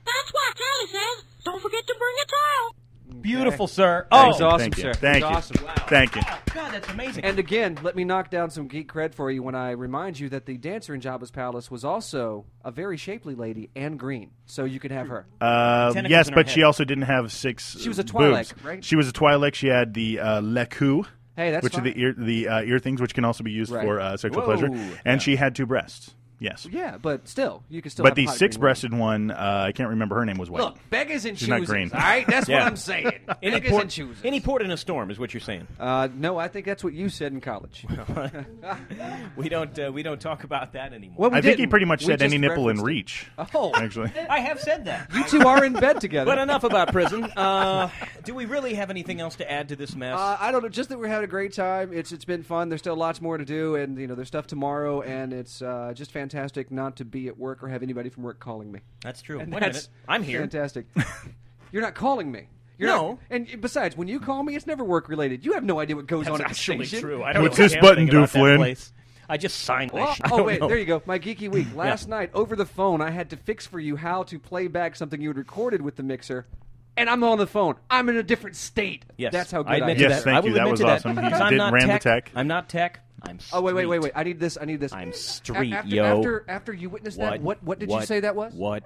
L: That's why Tally says, don't forget to bring a towel.
A: Beautiful, sir. Oh,
F: Thank you, thank you, Thank you. Thank you.
A: God, that's amazing.
B: And again, let me knock down some geek cred for you when I remind you that the dancer in Jabba's palace was also a very shapely lady and green, so you could have her.
F: Uh,
B: Tentacles
F: yes,
B: in her
F: but she
B: head.
F: also didn't have six.
B: She was a
F: boobs.
B: Twi'lek, right?
F: She was a Twi'lek. She had the uh, leku,
B: Hey, that's
F: which are the ear the uh, ear things, which can also be used
B: Right.
F: for uh, sexual
B: Whoa.
F: pleasure. And she had two breasts. Yes.
B: Yeah, but still, you could still.
F: but
B: have
F: the
B: hot green
F: six-breasted one, uh, I can't remember her name. Was white.
B: Look, beggars and
F: She's not
B: choosers,
F: green.
B: all right? That's what
A: Yeah.
B: I'm saying.
A: Any
B: Beggars and
A: port,
B: choosers.
A: any port in a storm is what you're saying.
B: women. Uh, no, I think that's what you said in college.
A: We don't. Uh, we don't talk about that anymore.
B: Well, we
F: I think he
B: didn't.
F: pretty much
B: We
F: said any
B: just
F: nipple in
B: referenced it.
F: reach.
B: Oh.
F: actually.
A: I have said that.
B: you two are in bed together.
A: But enough about prison. Uh, do we really have anything else to add to this mess?
B: Uh, I don't know. Just that we're having a great time. It's it's been fun. There's still lots more to do, and you know there's stuff tomorrow, and it's uh, just fantastic not to be at work or have anybody from work calling me.
A: that's true.
B: And
A: Wait
B: that's
A: a minute. I'm here.
B: Fantastic. You're not calling me. You're
A: No.
B: not- and besides, when you call me, it's never work related. You have no idea what goes
A: That's
B: on at the
A: actually
B: station.
A: true. I don't
F: What's
A: know
F: this
A: a damn
F: button
A: thing
F: do,
A: about that
F: Flynn?
A: place. I just signed that
B: Oh,
A: shit. I
B: oh,
A: don't
B: wait,
A: know.
B: there you go. My geeky week. Last night, over the phone, I had to fix for you how to play back something you had recorded with the mixer, and I'm on the phone. I'm in a different state.
A: Yes,
B: that's how good
A: I admit
B: am.
A: to
F: Yes,
A: that.
F: thank
A: I will
F: you. That
A: admit
F: was
A: to
F: awesome. He
A: because I'm
F: did-
A: not
F: ran the
A: tech.
F: tech.
A: I'm not tech. I'm.
B: Oh wait, wait, wait, wait!
A: street.
B: I need this. I need this. I'm
A: street,
B: after,
A: yo.
B: After after you witnessed that, what what did you say that was?
A: What?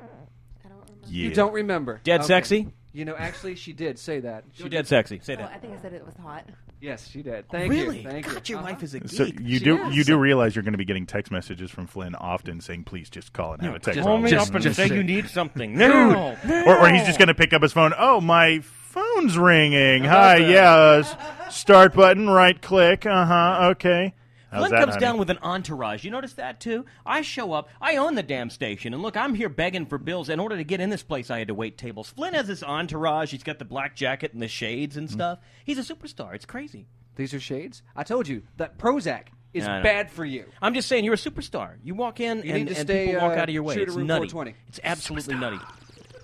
B: You don't remember.
A: Dead
B: Okay.
A: sexy.
B: You know, actually, she did say that.
A: She Oh, dead sexy. Say
K: Oh,
A: that.
K: I think I said it was hot.
B: Yes, she did. Thank
K: Really?
B: you. Thank
K: God,
B: you. Uh-huh.
K: your wife
A: is a
F: So you do you do realize you're going to be getting text messages from Flynn often saying, "Please just call and have
A: Yeah,
F: a text."
A: just- Call me
F: conversation."
A: up and say you need something.
F: Dude.
A: No, no.
F: Or, or he's just going to pick up his phone. Oh, my phone's ringing.
A: How about
F: Hi,
A: that?
F: yeah. Uh, s- start button, right click. Uh huh. Okay. How's
A: Flynn
F: that,
A: comes
F: honey?
A: down with an entourage. You notice that too? I show up. I own the damn station, and look, I'm here begging for bills. In order to get in this place, I had to wait tables. Flynn has this entourage. He's got the black jacket and the shades
F: Mm.
A: and stuff. He's a superstar. It's crazy.
B: These are shades. I told you that Prozac is
A: I know.
B: bad for you.
A: I'm just saying, you're a superstar. You walk in
B: You
A: and,
B: need to
A: and
B: stay,
A: people walk
B: uh,
A: out of your way.
B: shoot at
A: It's
B: room
A: nutty.
B: 420.
A: It's absolutely nutty.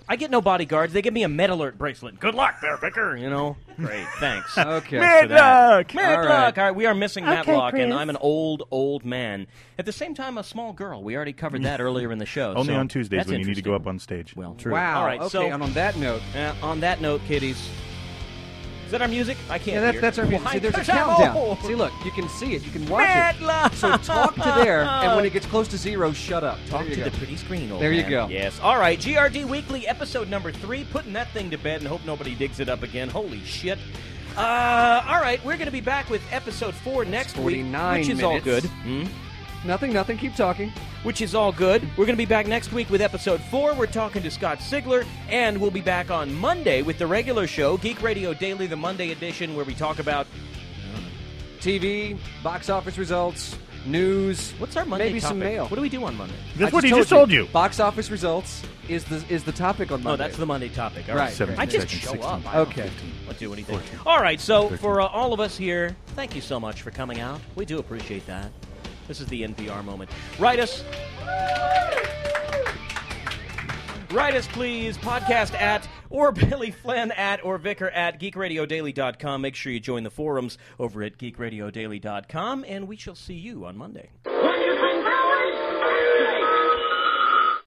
A: I get no bodyguards. They give me a med alert bracelet. Good luck, there, Vicker. You know, great. Thanks.
B: okay.
A: Thanks for that.
B: Midlock!
A: Midlock.
B: All
A: All
B: right.
A: right. we are missing
B: Okay,
A: Matlock, and
B: Chris.
A: I'm an old, old man. At the same time, a small girl. We already covered that earlier in the show.
F: Only
A: so
F: on Tuesdays
A: that's
F: when you need to go
A: interesting.
F: up on stage.
A: Well, True.
B: Wow.
A: All right.
B: okay.
A: so
B: and on that note,
A: uh, on that note, kiddies. Is that our music? I can't.
B: yeah, that,
A: hear.
B: that's our music.
A: Why?
B: See, there's a
A: Because I'm
B: countdown.
A: old.
B: See, look, you can see it. You can watch
A: Matlock!
B: it. So talk to there, and when it gets close to zero, shut up. Talk
A: to the pretty screen. old
B: There you
A: man.
B: go.
A: Yes. All right. GRD Weekly, episode number three. Putting that thing to bed and hope nobody digs it up again. Holy shit. Uh, all right. We're going to be back with episode four next week,
B: 49
A: which is all
B: minutes.
A: good.
B: Nothing, nothing. Keep talking.
A: Which is all good. We're going to be back next week with episode four. We're talking to Scott Sigler, and we'll be back on Monday with the regular show, Geek Radio Daily, the Monday edition, where we talk about
B: TV, box office results, news. What's
A: our Monday
B: Maybe some
A: topic?
B: mail.
A: What do we do on Monday?
F: That's what he just told you.
B: Box office results is the is the topic on Monday.
A: No, that's the Monday topic. All
B: Right,
A: right.
B: right.
A: I just
B: 17,
A: show
B: 16,
A: up. I don't
B: okay.
A: Let's do anything. All right. So for uh, all of us here, thank you so much for coming out. We do appreciate that. This is the NPR moment. Write us. Write us, please. Podcast at or Billy Flynn at or Vicar at geekradiodaily.com. Make sure you join the forums over at geekradiodaily.com, and we shall see you on Monday.
C: One